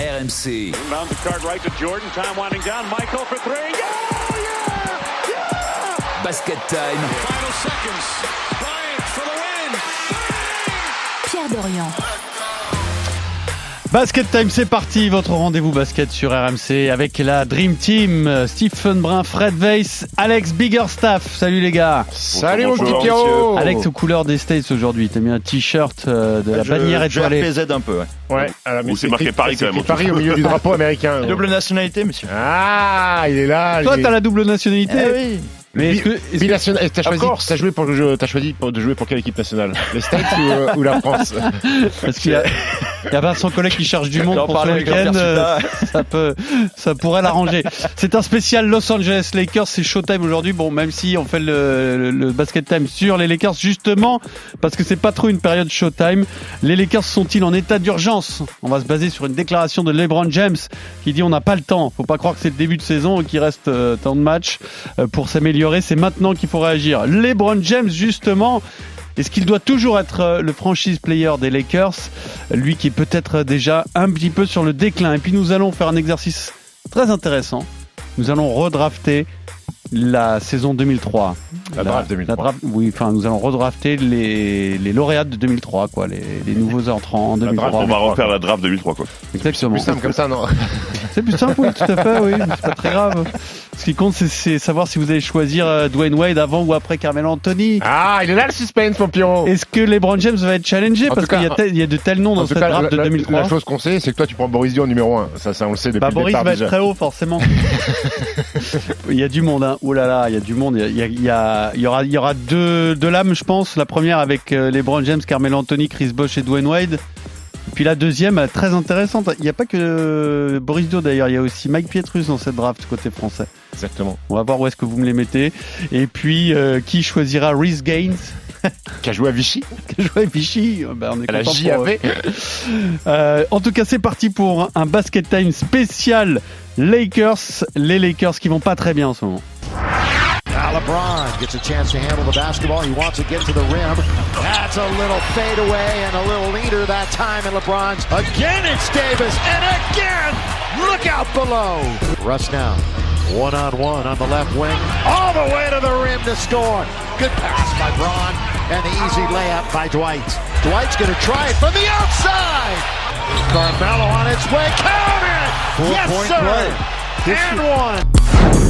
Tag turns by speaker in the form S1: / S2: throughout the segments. S1: RMC.
S2: Inbound to Cartwright to Jordan. Time winding down. Michael for three. Yeah! Yeah! Yeah!
S1: Basket time.
S3: Final seconds. Bryant for the win.
S4: Pierre Dorian.
S5: Basket Time, c'est parti, votre rendez-vous basket sur RMC avec la Dream Team, Stephen Brun, Fred Weiss, Alex Biggerstaff. Salut les gars.
S6: Salut mon petit
S7: Oh.
S6: Pierrot.
S5: Alex aux couleurs des States aujourd'hui, t'as mis un t-shirt euh, de la bannière étoilée.
S7: Je RPZ un peu. ouais.
S6: Ouais, alors, Ah, mais
S2: Ou c'est marqué Paris
S6: c'est
S2: quand même.
S6: écrit Paris au milieu du drapeau américain.
S7: Double nationalité, monsieur.
S6: Ah, il est là.
S5: Toi,
S6: il est-
S5: t'as la double nationalité.
S7: Eh oui.
S5: Mais est-ce que, est-ce que-
S6: Binational- eh, T'as choisi,
S7: course.
S6: t'as joué pour le jeu- t'as choisi pour- de jouer pour quelle équipe nationale Les States ou, euh, ou la France
S5: parce qu'il y a, il y a Vincent Collet qui charge du monde
S7: Là, on
S5: pour ce
S7: parlait avec
S5: week-end,
S7: Jean-Pierre
S5: euh, ça peut, ça pourrait l'arranger. C'est un spécial Los Angeles Lakers, c'est Showtime aujourd'hui. Bon, même si on fait le, le- le basket time sur les Lakers, justement, parce que c'est pas trop une période Showtime. Les Lakers sont-ils en état d'urgence On va se baser sur une déclaration de LeBron James qui dit on n'a pas le temps. Faut pas croire que c'est le début de saison et qu'il reste euh, tant de matchs euh, pour s'améliorer. C'est maintenant qu'il faut réagir. LeBron James, justement. Est-ce qu'il doit toujours être euh, le franchise player des Lakers lui qui est peut-être euh, déjà un petit peu sur le déclin. Et puis nous allons faire un exercice très intéressant. Nous allons redrafter la saison 2003.
S6: La draft 2003.
S5: draft- oui, enfin nous allons redrafter les, les lauréats de 2003, quoi, les, les nouveaux entrants en
S6: draft
S2: On
S5: 2003.
S2: va refaire la draft 2003 quoi.
S5: Exactement.
S6: Plus simple comme ça, non
S5: C'est plus simple, oui, tout à fait, oui. C'est pas très grave. Ce qui compte, c'est- c'est savoir si vous allez choisir euh, Dwayne Wade avant ou après Carmelo Anthony.
S6: Ah, il est là le suspense, mon Pierrot.
S5: Est-ce que LeBron James va être challengé
S6: En
S5: Parce
S6: tout
S5: qu'il y, a
S6: cas,
S5: tel- il y a de tels noms dans
S6: En tout
S5: cette
S6: cas, la,
S5: draft de
S6: la-
S5: 2003.
S6: la chose qu'on sait, c'est que toi, tu prends Boris Dio en numéro 1. Ça, ça, on le sait depuis
S5: Bah,
S6: le
S5: Boris
S6: départ
S5: va être
S6: déjà.
S5: très haut, forcément. il y a du monde, hein. Oh là là, il y a du monde. Il y, a- il y a- il y aura, il y aura deux, deux lames, je pense. La première avec euh, LeBron James, Carmelo Anthony, Chris Bosh et Dwayne Wade. Et puis la deuxième, euh, très intéressante. Il n'y a pas que euh, Boris Dio d'ailleurs, il y a aussi Mike Pietrus dans cette draft côté français.
S6: Exactement.
S5: On va voir où est-ce que vous me les mettez. Et puis, euh, qui choisira Reese Gaines
S6: Qui a joué à Vichy
S5: qui a joué à Vichy Euh, bah, on est
S6: À la
S5: content pour eux.
S6: JAV.
S5: Euh, en tout cas, c'est parti pour un basket time spécial Lakers. Les Lakers qui vont pas très bien en ce moment.
S8: Now LeBron gets a chance to handle the basketball. He wants to get to the rim. That's a little fadeaway and a little leader that time. And LeBron's again. It's Davis and again. Look out below. Russ now, one on one on the left wing, all the way to the rim to score. Good pass by Braun and the easy layup by Dwight. Dwight's going to try it from the outside. Carmelo on its way. Count it. yes, sir. And one.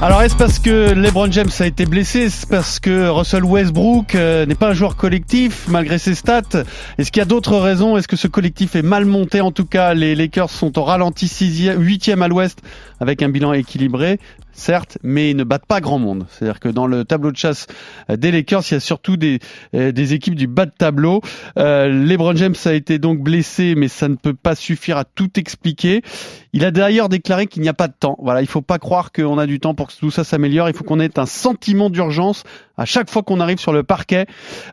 S5: Alors, est-ce parce que LeBron James a été blessé Est-ce parce que Russell Westbrook euh, n'est pas un joueur collectif malgré ses stats Est-ce qu'il y a d'autres raisons Est-ce que ce collectif est mal monté En tout cas, les Lakers sont au ralenti 8e à l'ouest avec un bilan équilibré. Certes, mais ils ne battent pas grand monde. C'est-à-dire que dans le tableau de chasse euh, des Lakers, il y a surtout des, euh, des équipes du bas de tableau. Euh, LeBron James a été donc blessé, mais ça ne peut pas suffire à tout expliquer. Il a d'ailleurs déclaré qu'il n'y a pas de temps. Voilà, il faut pas croire qu'on a du temps pour que tout ça s'améliore. Il faut qu'on ait un sentiment d'urgence à chaque fois qu'on arrive sur le parquet.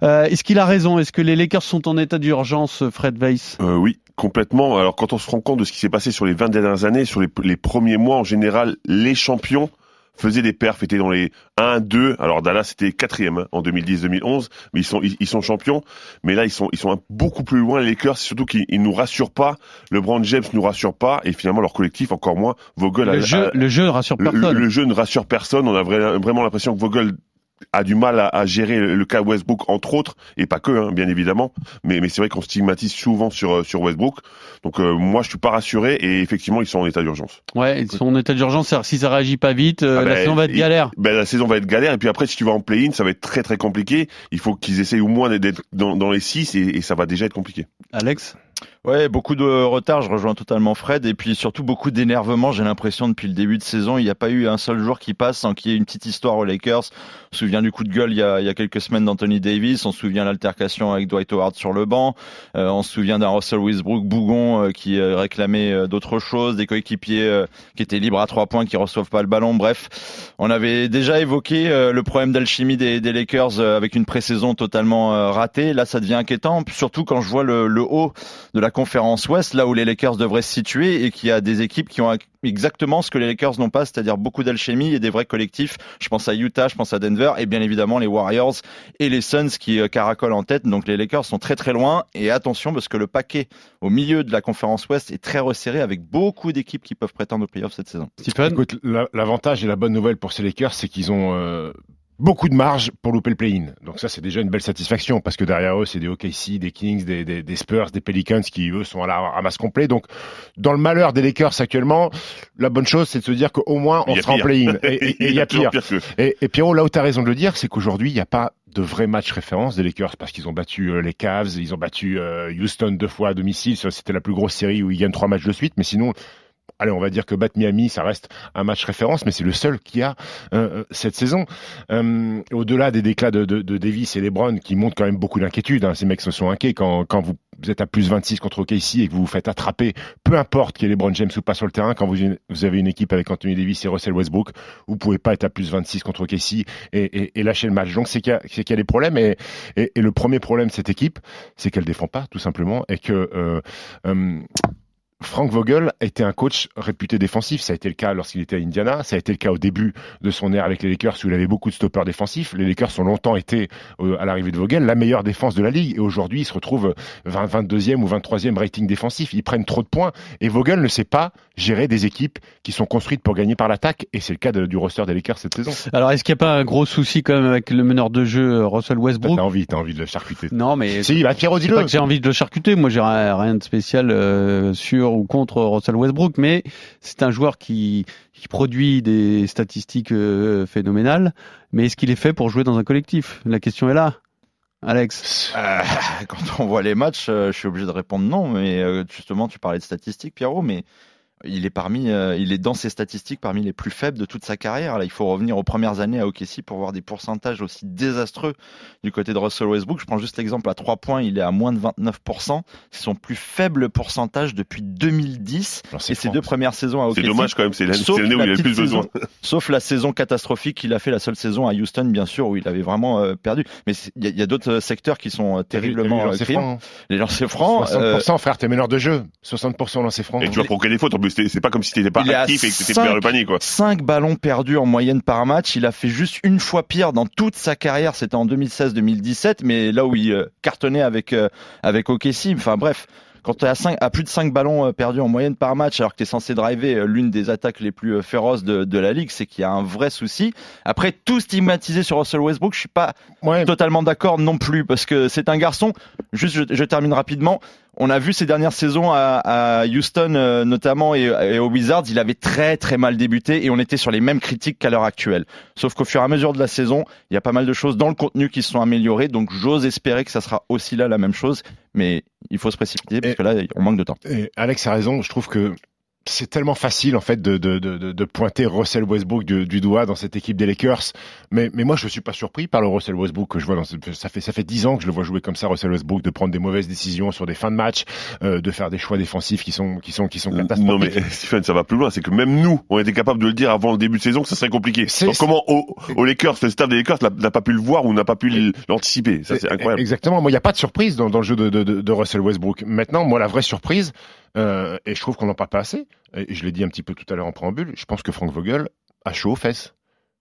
S5: Euh, Est-ce qu'il a raison Est-ce que les Lakers sont en état d'urgence, Fred Weiss
S2: Euh, oui, complètement. Alors quand on se rend compte de ce qui s'est passé sur les 20 dernières années, sur les, les premiers mois en général, les champions faisaient des perfs, étaient dans les 1, 2. Alors Dallas c'était quatrième hein, en 2010-2011, mais ils sont ils, ils sont champions. Mais là ils sont ils sont un- beaucoup plus loin. Les Lakers, c'est surtout qu'ils ils nous rassurent pas. LeBron James nous rassure pas, et finalement leur collectif encore moins. Vogel a-
S5: le, jeu,
S2: a-
S5: le jeu ne rassure
S2: le,
S5: personne.
S2: le jeu ne rassure personne. On a vra- vraiment l'impression que Vogel a du mal à, à gérer le, le cas Westbrook, entre autres, et pas que, hein, bien évidemment. Mais, mais c'est vrai qu'on stigmatise souvent sur, euh, sur Westbrook. Donc euh, moi, je suis pas rassuré. Et effectivement, ils sont en état d'urgence.
S5: Ouais, ils sont en état d'urgence. c'est-à-dire Si ça réagit pas vite, euh,
S2: Ah
S5: la
S2: ben,
S5: saison va être
S2: il-
S5: galère.
S2: Ben, la saison va être galère. Et puis après, si tu vas en play-in, ça va être très très compliqué. Il faut qu'ils essayent au moins d'être dans, dans les 6 et, et ça va déjà être compliqué.
S5: Alex
S7: Ouais, beaucoup de retard, je rejoins totalement Fred, et puis surtout beaucoup d'énervement, j'ai l'impression depuis le début de saison, il n'y a pas eu un seul jour qui passe sans qu'il y ait une petite histoire aux Lakers. On se souvient du coup de gueule il y a, il y a quelques semaines d'Anthony Davis, on se souvient de l'altercation avec Dwight Howard sur le banc, euh, on se souvient d'un Russell Westbrook bougon euh, qui euh, réclamait euh, d'autres choses, des coéquipiers euh, qui étaient libres à trois points, qui reçoivent pas le ballon, bref. On avait déjà évoqué euh, le problème d'alchimie des, des Lakers euh, avec une pré-saison totalement euh, ratée, là ça devient inquiétant, surtout quand je vois le- le haut de la conférence Ouest, là où les Lakers devraient se situer et qui a des équipes qui ont exactement ce que les Lakers n'ont pas, c'est-à-dire beaucoup d'alchimie et des vrais collectifs. Je pense à Utah, je pense à Denver et bien évidemment les Warriors et les Suns qui euh, caracolent en tête. Donc les Lakers sont très très loin et attention parce que le paquet au milieu de la conférence Ouest est très resserré avec beaucoup d'équipes qui peuvent prétendre aux playoffs cette saison.
S5: Stephen
S6: Écoute, la- l'avantage et la bonne nouvelle pour ces Lakers, c'est qu'ils ont euh, beaucoup de marge pour louper le play-in. Donc ça, c'est déjà une belle satisfaction parce que derrière eux, c'est des OKC, des Kings, des, des- des Spurs, des Pelicans qui, eux, sont à la ramasse complet. Donc, dans le malheur des Lakers actuellement, la bonne chose, c'est de se dire qu'au moins,
S2: Il
S6: on
S2: y a
S6: sera en
S2: pire.
S6: play-in. Et- et- et il y a
S2: toujours
S6: pire.
S2: pire que.
S6: Et, et Pierrot, là où tu as raison de le dire, c'est qu'aujourd'hui, il n'y a pas de vrai match référence des Lakers parce qu'ils ont battu euh, les Cavs, ils ont battu euh, Houston deux fois à domicile. Ça, C'était la plus grosse série où ils gagnent trois matchs de suite. Mais sinon, allez, on va dire que battre Miami, ça reste un match référence, mais c'est le seul qu'il y a euh, euh, cette saison. Euh, Au-delà des déclats de, de, de Davis et LeBron qui montrent quand même beaucoup d'inquiétude, hein. ces mecs se sont inquiets quand, quand vous, vous êtes à plus 26 contre OKC et que vous vous faites attraper, peu importe qu'il y ait LeBron James ou pas sur le terrain, quand vous, vous avez une équipe avec Anthony Davis et Russell Westbrook, vous pouvez pas être à plus 26 contre OKC et, et, et lâcher le match. Donc c'est qu'il y, a- c'est qu'il y a des problèmes et, et, et le premier problème de cette équipe, c'est qu'elle défend pas tout simplement et que euh, euh, Frank Vogel était un coach réputé défensif. Ça a été le cas lorsqu'il était à Indiana. Ça a été le cas au début de son ère avec les Lakers où il avait beaucoup de stoppeurs défensifs. Les Lakers ont longtemps été, euh, à l'arrivée de Vogel, la meilleure défense de la ligue. Et aujourd'hui, ils se retrouvent 20, 22e ou 23e rating défensif. Ils prennent trop de points. Et Vogel ne sait pas gérer des équipes qui sont construites pour gagner par l'attaque. Et c'est le cas de- du roster des Lakers cette saison.
S5: Alors, est-ce qu'il n'y a pas un gros souci quand même avec le meneur de jeu euh, Russell
S6: T'as
S2: Ben
S5: Westbrook
S6: envie, t'as envie de le charcuter.
S5: Non, mais
S6: Si, bah Pierrot,
S5: C'est pas
S6: dis-le.
S5: que j'ai envie de le charcuter, moi j'ai rien rien de spécial euh, sur ou contre Russell Westbrook, mais c'est un joueur qui, qui produit des statistiques euh, phénoménales, mais est-ce qu'il est fait pour jouer dans un collectif La question est là, Alex.
S7: Euh, quand on voit les matchs, euh, je suis obligé de répondre non, mais euh, justement, tu parlais de statistiques, Pierrot, mais il est parmi, euh, il est dans ses statistiques parmi les plus faibles de toute sa carrière. Là, il faut revenir aux premières années à OKC pour voir des pourcentages aussi désastreux du côté de Russell Westbrook. Je prends juste l'exemple à 3 points, il est à moins de 29%. C'est son plus faible pourcentage depuis 2010
S6: Alors, c'est
S7: et ses
S6: franc.
S7: deux premières saisons à OKC.
S2: C'est dommage quand même, c'est l'année
S7: Sauf
S2: c'est l'année où
S7: la
S2: il avait
S7: petite
S2: plus besoin.
S7: saison. Sauf la saison catastrophique qu'il a fait la seule saison à Houston, bien sûr, où il avait vraiment euh, perdu. Mais c'est- il y a, il y a d'autres euh, secteurs qui sont euh,
S6: T'as vu-
S7: terriblement
S6: t'as vu
S7: euh,
S6: lancer
S7: criants.
S6: franc, hein.
S7: Les lancers francs, euh,
S6: 60% frère, t'es meneur de jeu. 60% lancé franc.
S2: Et tu vas provoquer des fautes. En plus, c'est c'est pas comme si t'étais pas
S7: Il est à
S2: actif et que t'étais
S7: cinq.
S2: vers le panier, quoi.
S7: 5 ballons perdus en moyenne par match. Il a fait juste une fois pire dans toute sa carrière. C'était en 2016-2017, mais là où il euh, cartonnait avec, euh, avec OKC. Enfin bref, quand tu à, cinq- à plus de 5 ballons euh, perdus en moyenne par match, alors que tu es censé driver euh, l'une des attaques les plus euh, féroces de, de la ligue, c'est qu'il y a un vrai souci. Après, tout stigmatisé sur Russell Westbrook, je suis pas
S6: Ouais,
S7: totalement d'accord non plus parce que c'est un garçon. Juste, je, je termine rapidement. On a vu ces dernières saisons à, à Houston euh, notamment et, et aux Wizards, il avait très très mal débuté et on était sur les mêmes critiques qu'à l'heure actuelle. Sauf qu'au fur et à mesure de la saison, il y a pas mal de choses dans le contenu qui se sont améliorées, donc j'ose espérer que ça sera aussi là la même chose, mais il faut se précipiter parce
S6: Et-
S7: que là on manque de temps.
S6: Et Alex a raison, je trouve que c'est tellement facile en fait de, de, de, de- de pointer Russell Westbrook du, du doigt dans cette équipe des Lakers. Mais, mais moi je suis pas surpris par le Russell Westbrook que je vois dans cette- ça fait ça fait dix ans que je le vois jouer comme ça Russell Westbrook de prendre des mauvaises décisions sur des fins de match, euh, de faire des choix défensifs qui sont qui sont qui sont catastrophiques.
S2: Non mais eh, Stephen, ça va plus loin, c'est que même nous, on était capable de le dire avant le début de saison que ça serait compliqué.
S6: C'est-
S2: Donc comment au, au Lakers, le staff des Lakers l'a- n'a pas pu le voir ou n'a pas pu l'anticiper, ça c'est
S6: Eh,
S2: incroyable.
S6: Exactement. Moi, il n'y a pas de surprise dans, dans le jeu de, de- de- de Russell Westbrook. Maintenant, moi, la vraie surprise, euh, et je trouve qu'on n'en parle pas assez, et je l'ai dit un petit peu tout à l'heure en préambule, je pense que Frank Vogel a chaud aux fesses.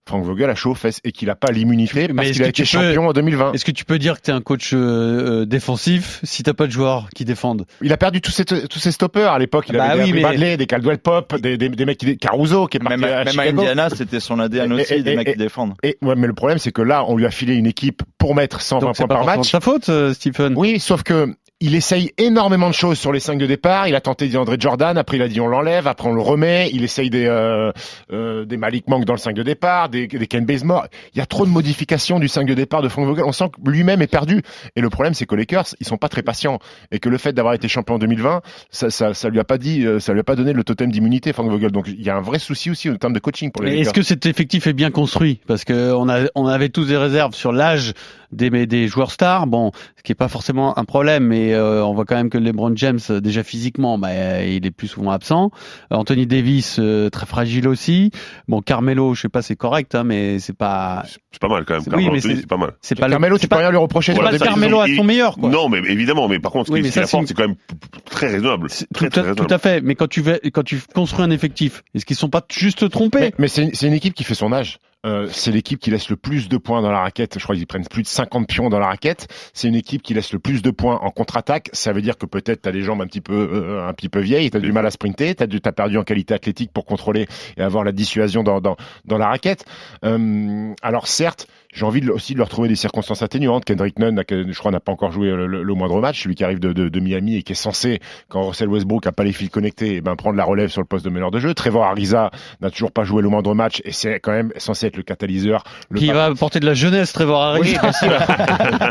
S6: Frank Vogel a chaud aux fesses et qu'il n'a pas l'immunité
S5: Mais
S6: parce
S5: est-ce
S6: qu'il a
S5: que tu peux-
S6: été champion en 2020.
S5: Est-ce que tu peux dire que tu es un coach euh, euh, défensif si t'as pas de joueurs qui défendent
S6: Il a perdu tous ses, tous ses stoppers à l'époque. Il
S5: Bah oui,
S6: avait des Avery
S5: mais-
S6: Bradley, des Caldwell Pop, des, des, des mecs qui... Caruso qui est parti
S7: Même,
S6: à
S7: à- même à
S6: Chicago.
S7: Indiana, c'était son ADN
S6: Et-
S7: aussi,
S6: et-
S7: des
S6: et-
S7: mecs
S6: et-
S7: qui défendent.
S6: Et, ouais, mais le problème, c'est que là, on lui a filé une équipe pour mettre 120
S5: Donc c'est
S6: points
S5: pas forcément
S6: par
S5: de
S6: match.
S5: sa faute, euh, Stephen.
S6: Oui, sauf que il essaye énormément de choses sur les cinq de départ. Il a tenté André Jordan, après il a dit on l'enlève, après on le remet. Il essaye des euh, euh, des Malik Monk dans le 5 de départ, des, des Ken Bazemore. Il y a trop de modifications du 5 de départ de Frank Vogel. On sent que lui-même est perdu. Et le problème, c'est que les Lakers, ils sont pas très patients et que le fait d'avoir été champion en 2020, ça, ça, ça lui a pas dit, euh, ça lui a pas donné le totem d'immunité, Frank Vogel. Donc il y a un vrai souci aussi en termes de coaching pour les
S5: Mais
S6: Lakers.
S5: Est-ce que cet effectif est bien construit Parce que on, a- on avait tous des réserves sur l'âge des, des joueurs stars. Bon, ce qui est pas forcément un problème, mais euh, on voit quand même que LeBron James, euh, déjà physiquement, bah, euh, il est plus souvent absent. Anthony Davis, euh, très fragile aussi. Bon, Carmelo, je sais pas, c'est correct, hein, mais c'est pas,
S2: C'est pas mal quand même.
S5: Oui,
S2: Carmelo
S5: mais
S2: Anthony,
S5: c'est-
S2: c'est pas mal.
S5: c'est pas le-
S6: Carmelo,
S5: c'est
S6: tu peux
S5: pas-
S6: rien lui reprocher.
S5: c'est
S6: sur
S5: pas
S6: la
S5: le
S2: ça,
S6: deuxième
S5: Carmelo
S2: ils ont-
S5: à son
S2: ils-
S5: meilleur, quoi.
S2: Non, mais mais évidemment, mais par contre, ce
S5: Oui,
S2: qui
S5: mais
S2: ce qu'il
S5: ça, c'est
S2: apporte,
S5: une-
S2: c'est quand même p- p- très raisonnable.
S5: C'est
S2: Très,
S5: tout,
S2: très
S5: à, tout
S2: raisonnable.
S5: à fait, mais quand tu, vais- quand tu construis un effectif, est-ce qu'ils sont pas juste trompés
S6: Mais, mais c'est une- c'est une équipe qui fait son âge. Euh, c'est l'équipe qui laisse le plus de points dans la raquette. Je crois qu'ils prennent plus de 50 pions dans la raquette. C'est une équipe qui laisse le plus de points en contre-attaque. Ça veut dire que peut-être t'as les jambes un petit peu euh, un petit peu vieilles, t'as du mal à sprinter, t'as du- t'as perdu en qualité athlétique pour contrôler et avoir la dissuasion dans dans, dans la raquette. Euh, alors certes, j'ai envie de- aussi de leur trouver des circonstances atténuantes. Kendrick Nunn, n'a que- je crois, n'a pas encore joué le, le- le moindre match. Celui qui arrive de, de- de Miami et qui est censé, quand Russell Westbrook a pas les fils connectés, et ben prendre la relève sur le poste de meneur de jeu. Trevor Ariza n'a toujours pas joué le moindre match et c'est quand même censé être le catalyseur. Le
S5: Qui
S6: pas-
S5: va apporter de la jeunesse, Trevor Harris.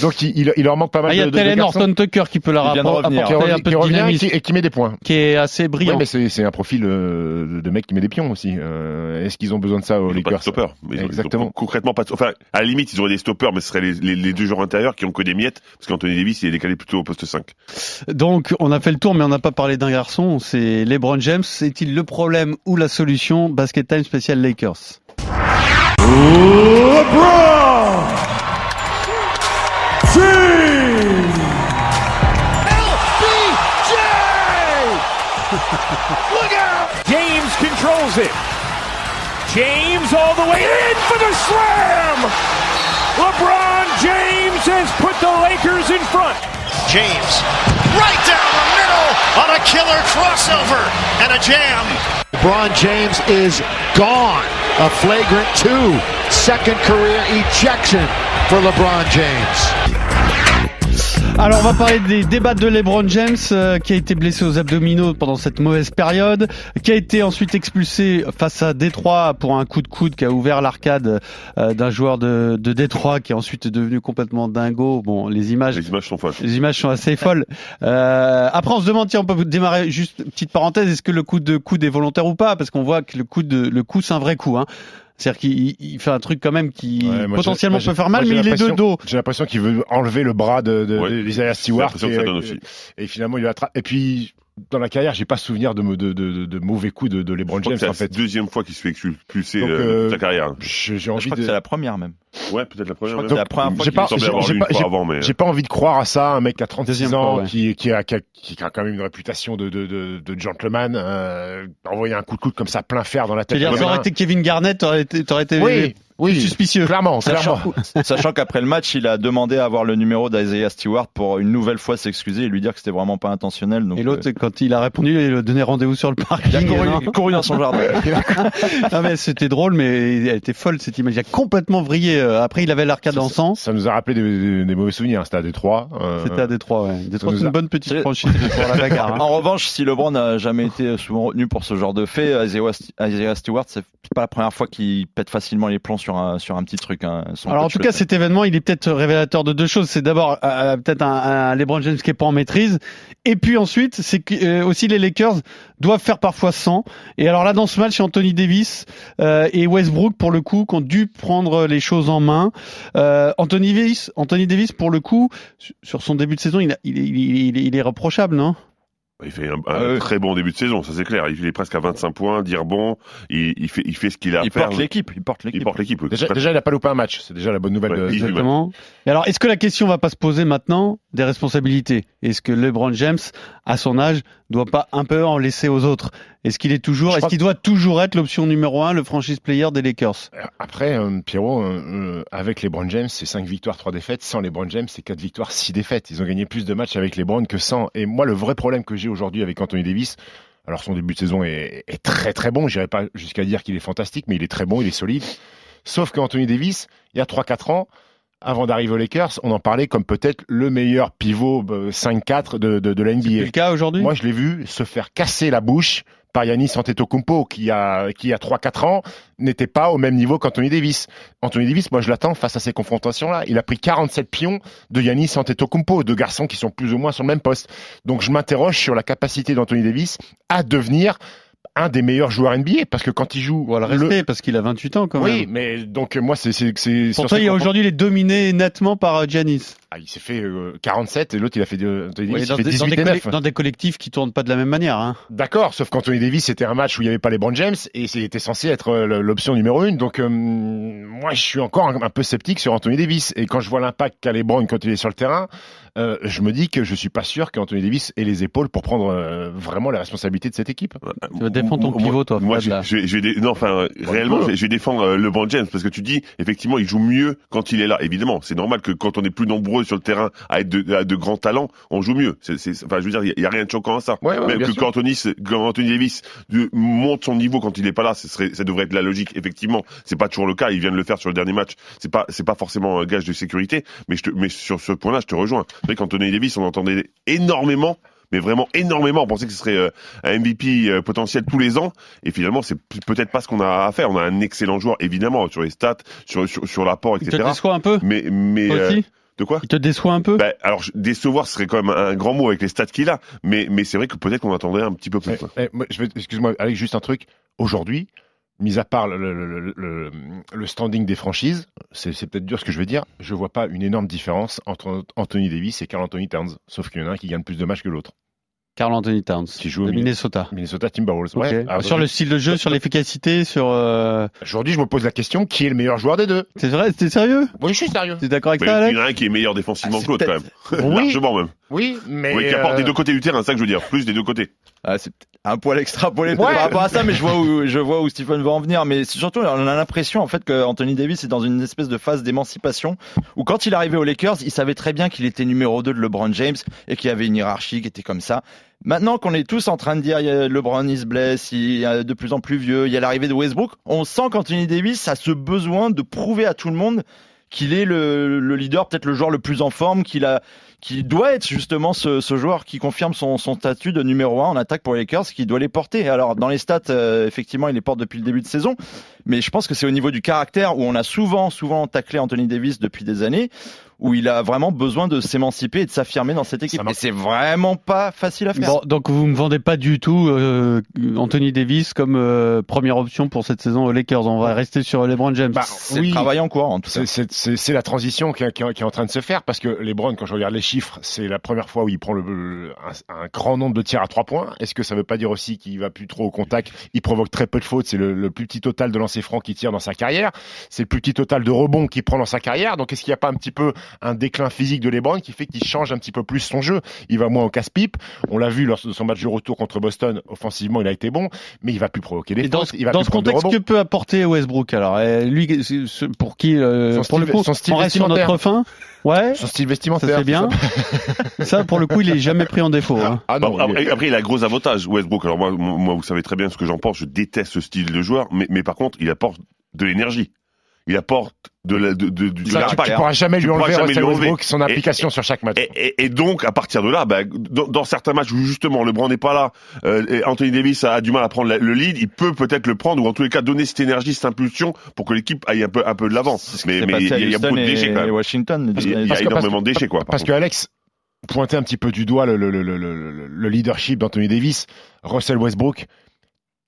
S6: Donc il, il, il leur manque pas mal
S5: Ah, il y
S6: de,
S5: a
S6: de, de
S5: Telen
S6: garçons
S5: Horton Tucker qui peut la
S7: Il vient de
S5: rappor-
S7: revenir.
S6: qui
S5: apporter un
S6: revient,
S5: peu
S6: qui
S5: de
S6: revient et, qui,
S5: dynamisme,
S6: et qui met des points.
S5: qui est assez
S6: Ouais,
S5: brillant.
S6: mais c'est c'est un profil euh, de mec qui met des pions aussi. Euh, Est-ce qu'ils ont besoin de ça
S2: Ils
S6: aux
S2: ont pas de
S6: Lakers
S2: stoppeurs. Mais ils ont- ils ont
S6: Exactement.
S2: concrètement, pas de, enfin, à la limite, ils auraient des stoppeurs, mais ce seraient les, les- les deux joueurs intérieurs qui ont que des miettes, parce qu'Anthony Davis, il est décalé plutôt au poste 5.
S5: Donc, on a fait le tour, mais on n'a pas parlé d'un garçon. C'est LeBron James. C'est-il le problème ou la solution Basket Time spécial Lakers.
S1: James controls it. James all the way in for the slam. LeBron James has put the Lakers in front.
S8: James, right down the middle on a killer crossover and a jam. LeBron James is gone. A flagrant two. Second career ejection for LeBron James.
S5: Alors, on va parler des débats de LeBron James, euh, qui a été blessé aux abdominaux pendant cette mauvaise période, qui a été ensuite expulsé face à Détroit pour un coup de coude qui a ouvert l'arcade euh, d'un joueur de, de Détroit qui est ensuite devenu complètement dingo. Bon, les images
S2: Les Ah, images sont folles.
S5: Les images sont assez folles. Euh, après, on se demande, tiens, on peut démarrer juste une petite parenthèse. Est-ce que le coup de coude est volontaire ou pas Parce qu'on voit que le coup de le coup, c'est un vrai coup. Hein. C'est-à-dire qu'il il- il fait un truc quand même qui
S6: Ouais, moi, j'ai-
S5: potentiellement
S6: moi, j'ai-
S5: peut faire
S6: moi,
S5: mal,
S6: j'ai
S5: mais il est de
S6: l'impression-
S5: dos.
S6: J'ai l'impression qu'il veut enlever le bras de, de,
S2: Ouais.
S6: de- d'Isaiah
S2: J'ai
S6: Stewart.
S2: l'impression que ça
S6: et-
S2: donne aussi.
S6: Et finalement, il attrape. Et puis, dans la carrière, j'ai pas souvenir de, de, de, de, de mauvais coups de, de
S2: Je
S6: LeBron
S2: crois
S6: James,
S2: que C'est
S6: en
S2: la
S6: fait.
S2: deuxième fois qu'il se fait expulser euh,
S6: Donc, euh,
S2: de sa carrière.
S6: Je- J'ai
S7: Je
S6: envie
S7: crois que c'est
S6: de.
S7: la première même.
S2: Ouais, peut-être la première.
S7: crois
S2: même.
S7: que c'est la première
S2: Il
S7: fois
S6: euh, J'ai
S2: me
S6: pas,
S2: semblait
S6: j'ai-
S2: avoir
S6: j'ai
S2: lu
S6: pas-
S2: une fois
S6: j'ai-
S2: avant, mais
S6: j'ai pas envie de croire à ça, un mec qui a 36
S5: Deuxième
S6: ans,
S5: fois, ouais.
S6: qui, qui, a, qui, a, qui a quand même une réputation de, de, de, de gentleman, euh, envoyer un coup de coude comme ça plein fer dans la tête.
S5: C'est-à-dire,
S6: d'un
S5: ça aurait
S6: gamin.
S5: été Kevin Garnett, t'aurais été, t'aurais été
S6: Oui, oui,
S5: suspicieux.
S6: clairement, clairement.
S7: Sachant, sachant qu'après le match, il a demandé à avoir le numéro d'Isaiah Stewart pour une nouvelle fois s'excuser et lui dire que c'était vraiment pas intentionnel. Donc,
S5: Et l'autre, quand il a répondu, il lui a donné rendez-vous sur le
S7: euh, il a
S5: parking.
S7: couru,
S5: Non.
S7: couru dans son jardin.
S5: Ah, mais c'était drôle, mais elle était folle cette image. Il a complètement vrillé. euh, Après, il avait l'arcade en sang.
S6: Ça nous a rappelé des, des- des mauvais souvenirs, hein, c'était à Détroit. euh,
S5: C'était à Détroit, ouais. Détroit,
S6: nous
S5: c'est une
S6: a-
S5: bonne petite
S7: C'est-
S5: franchise pour la bagarre. hein.
S7: En revanche, si LeBron n'a jamais été souvent retenu pour ce genre de fait, Isaiah St- Isaiah Stewart, c'est pas la première fois qu'il pète facilement les plombs sur un, sur un petit truc. hein. Son
S5: Alors en
S7: coach
S5: tout
S7: le
S5: cas,
S7: sait.
S5: cet événement, il est peut-être révélateur de deux choses. C'est d'abord euh, peut-être un, un LeBron James qui est pas en maîtrise, et puis ensuite, c'est que euh, aussi les Lakers doivent faire parfois sans. Et alors là, dans ce match, c'est Anthony Davis euh, et Westbrook pour le coup qui ont dû prendre les choses en main. Euh, Anthony Davis, Anthony Davis pour le coup, su- sur son début de saison, il, a- il, est- il est- il est- il est reprochable, non
S2: il fait un, un
S7: Ah ouais.
S2: très bon début de saison, ça c'est clair. Il est presque à 25 points, dire bon, il, il fait, il fait ce qu'il a à
S7: il
S2: faire.
S7: porte l'équipe. Il porte
S2: Il
S7: l'équipe.
S2: porte l'équipe. oui.
S6: Déjà,
S2: Pas-
S6: déjà, il a pas loupé un match, c'est déjà la bonne nouvelle.
S2: Ouais,
S6: de-
S2: il-
S6: de-
S5: Exactement. Et alors, est-ce que la question va pas se poser maintenant des responsabilités Est-ce que LeBron James, à son âge, doit pas un peu en laisser aux autres Est-ce qu'il est toujours,
S6: Je
S5: est-ce
S6: crois
S5: qu'il doit toujours être l'option numéro un, le franchise player des Lakers
S6: Après, euh, Pierrot, euh, euh, avec les Brown James, c'est 5 victoires, 3 défaites. Sans les Brown James, c'est 4 victoires, 6 défaites. Ils ont gagné plus de matchs avec les Browns que sans. Et moi, le vrai problème que j'ai aujourd'hui avec Anthony Davis, alors son début de saison est, est très très bon. J'irai pas jusqu'à dire qu'il est fantastique, mais il est très bon, il est solide. Sauf qu'Anthony Davis, il y a 3-4 ans, avant d'arriver aux Lakers, on en parlait comme peut-être le meilleur pivot euh, 5-4 de, de, de la NBA.
S5: C'est le cas aujourd'hui
S6: Moi, je l'ai vu se faire casser la bouche par Yanis Antetokounmpo, qui a, qui a 3-4 ans, n'était pas au même niveau qu'Anthony Davis. Anthony Davis, moi, je l'attends face à ces confrontations-là. Il a pris 47 pions de Yanis Antetokounmpo, deux garçons qui sont plus ou moins sur le même poste. Donc, je m'interroge sur la capacité d'Anthony Davis à devenir un des meilleurs joueurs NBA parce que quand il joue
S5: Ou à le respect, parce qu'il a 28 ans quand même.
S6: oui, mais donc euh, moi c'est c'est c'est sur
S5: Pourtant,
S6: ces
S5: il a
S6: compos-
S5: aujourd'hui les dominé nettement par euh, Janice.
S6: Ah, il s'est fait euh, 47 et l'autre il a fait euh, Anthony Davis, il
S5: dans,
S6: fait
S5: des, dans
S6: 18
S5: des
S6: et 9.
S5: colle- dans des collectifs qui tournent pas de la même manière. Hein.
S6: D'accord, sauf qu'Anthony Davis c'était un match où il n'y avait pas les Brand James et c'était censé être euh, le- l'option numéro une. Donc euh, moi je suis encore un, un peu sceptique sur Anthony Davis et quand je vois l'impact qu'a les Browns quand il est sur le terrain, euh, je me dis que je suis pas sûr qu'Anthony Davis ait les épaules pour prendre euh, vraiment la responsabilité de cette équipe.
S5: Tu vas défendre ton pivot, toi,
S2: Moi,
S5: Fred,
S2: je,
S5: là.
S2: je, je vais dé- non, enfin, euh, réellement, je, vais- je vais défendre euh, LeBron James parce que tu dis, effectivement, il joue mieux quand il est là. Évidemment, c'est normal que quand on est plus nombreux sur le terrain à être de, à de grands talents, on joue mieux. C'est- c'est- enfin, je veux dire, il y, a rien de choquant à ça.
S6: Ouais, ouais,
S2: Même
S6: bien
S2: que
S6: sûr.
S2: quand Anthony, se- quand Anthony Davis de- monte son niveau quand il n'est pas là, ce serait, ça devrait être la logique. Effectivement, c'est pas toujours le cas. Il vient de le faire sur le dernier match. C'est pas, c'est pas forcément un gage de sécurité. Mais je te, mais sur ce point-là, je te rejoins. C'est vrai qu'Anthony Davis, on entendait énormément. Mais vraiment énormément. On pensait que ce serait euh, un MVP euh, potentiel tous les ans. Et finalement, c'est p- peut-être pas ce qu'on a à faire. On a un excellent joueur, évidemment, sur les stats, sur, sur, sur l'apport,
S5: Il te
S2: etc.
S5: déçoit un peu
S2: Mais, mais,
S5: toi
S2: euh,
S5: aussi
S2: de quoi?
S5: Il te déçoit un peu
S2: Bah, alors, je- décevoir, ce serait quand même un grand mot avec les stats qu'il a. Mais, mais c'est vrai que peut-être qu'on attendrait un petit peu plus.
S6: Eh, eh, moi, je vais- Excuse-moi, Alex, juste un truc. Aujourd'hui, mis à part le, le- le- le- le standing des franchises, c'est c'est peut-être dur ce que je veux dire, je vois pas une énorme différence entre Anthony Davis et Carl Anthony Towns. Sauf qu'il y en a un qui gagne plus de matchs que l'autre.
S5: Carl Anthony Towns,
S6: Qui joue au
S5: de
S6: milieu.
S5: Minnesota.
S6: Minnesota Timberwolves.
S5: Ok.
S6: Ouais. Alors,
S5: sur le style de jeu, sur l'efficacité, sur. euh,
S6: Aujourd'hui, je me pose la question qui est le meilleur joueur des deux
S5: T'es vrai T'es sérieux
S6: Oui, je suis sérieux.
S5: T'es d'accord avec
S2: Mais
S5: ça,
S2: il y
S5: Alex
S2: en a un qui est meilleur défensivement
S7: Ah,
S2: que
S7: c'est
S2: l'autre, quand même.
S6: Oui,
S2: Largement, même.
S6: oui, mais.
S2: Oui, qui apporte
S6: euh,
S2: des deux côtés du terrain, c'est ça que je veux dire. Plus des deux côtés.
S7: Ah, c'est peut-être un poil extrapolé
S6: Ouais.
S7: par rapport à ça, mais je vois où je vois où Stephen veut en venir. Mais c'est surtout, on a l'impression en fait que Anthony Davis est dans une espèce de phase d'émancipation où quand il arrivait aux Lakers, il savait très bien qu'il était numéro 2 de LeBron James et qu'il y avait une hiérarchie qui était comme ça. Maintenant qu'on est tous en train de dire il y a LeBron il se blesse, il est de plus en plus vieux, il y a l'arrivée de Westbrook, on sent qu'Anthony Davis a ce besoin de prouver à tout le monde qu'il est le, le leader, peut-être le joueur le plus en forme, qu'il a, qu'il doit être justement ce, ce joueur qui confirme son, son statut de numéro 1 en attaque pour les Lakers, qui doit les porter. Alors dans les stats, euh, effectivement, il les porte depuis le début de saison, mais je pense que c'est au niveau du caractère où on a souvent, souvent taclé Anthony Davis depuis des années, où il a vraiment besoin de s'émanciper et de s'affirmer dans cette équipe.
S6: marche.
S7: Et c'est vraiment pas facile à faire.
S5: Bon, donc vous me vendez pas du tout euh, Anthony Davis comme euh, première option pour cette saison aux Lakers. On va rester sur LeBron James.
S6: bah,
S7: c'est
S6: oui.
S7: le travail en courant en tout cas.
S6: C'est- C'est c'est- c'est la transition qui, est- qui est qui est en train de se faire parce que les Browns, quand je regarde les chiffres, c'est la première fois où il prend le, le- un, un grand nombre de tirs à trois points. Est-ce que ça veut pas dire aussi qu'il va plus trop au contact Il provoque très peu de fautes. C'est le, le plus petit total de lancers francs qu'il tire dans sa carrière. C'est le plus petit total de rebonds qu'il prend dans sa carrière. Donc est-ce qu'il n'y a pas un petit peu un déclin physique de les Browns qui fait qu'il change un petit peu plus son jeu Il va moins au casse-pipe. On l'a vu lors de son match de retour contre Boston. Offensivement, il a été bon, mais il va plus provoquer des
S5: Et dans,
S6: fautes. Il va
S5: dans
S6: plus
S5: ce
S6: prendre de
S5: contexte,
S6: rebonds.
S5: que peut apporter Westbrook alors Euh, Lui, c'est- c'est- pour qui euh,
S6: Son
S5: Pour le
S6: style-
S5: coup,
S6: son style
S5: on reste sur
S6: vestimentaire.
S5: notre fin. Ouais,
S6: Son style
S5: ça
S6: vestimentaire.
S5: c'est bien. Ça, pour le coup, il est jamais pris en défaut. hein.
S6: Ah non, il est-
S2: après, après, il a un gros avantage, Westbrook. Alors moi, mon- moi, vous savez très bien ce que j'en pense. Je déteste ce style de joueur, mais, mais par contre, il apporte de l'énergie. Il apporte de la, de, de, de, de
S6: Ça, tu-
S2: l'impact.
S6: tu pourras jamais
S2: Tu
S6: lui
S2: pourras
S6: enlever
S2: jamais
S6: Russell
S2: lui enlever.
S6: Westbrook son application sur chaque match.
S2: Et, et- et donc, à partir de là, bah, dans, dans certains matchs où justement LeBron n'est pas là, euh, et Anthony Davis a, a du mal à prendre la- le lead, il peut peut-être le prendre ou en tous les cas donner cette énergie, cette impulsion pour que l'équipe aille un peu, un peu de l'avant.
S7: C'est ce qui
S2: Mais
S7: s'est
S2: mais
S7: passé
S2: il y, a-
S7: à
S2: il y a
S7: Houston
S2: beaucoup de déchets
S7: et
S2: quand même.
S7: Washington.
S2: Il y a, il y a
S6: parce que-
S2: énormément
S6: parce
S2: de déchets quoi. par
S6: Parce que Alex pointait un petit peu du doigt le, le, le, le, le- le leadership d'Anthony Davis, Russell Westbrook.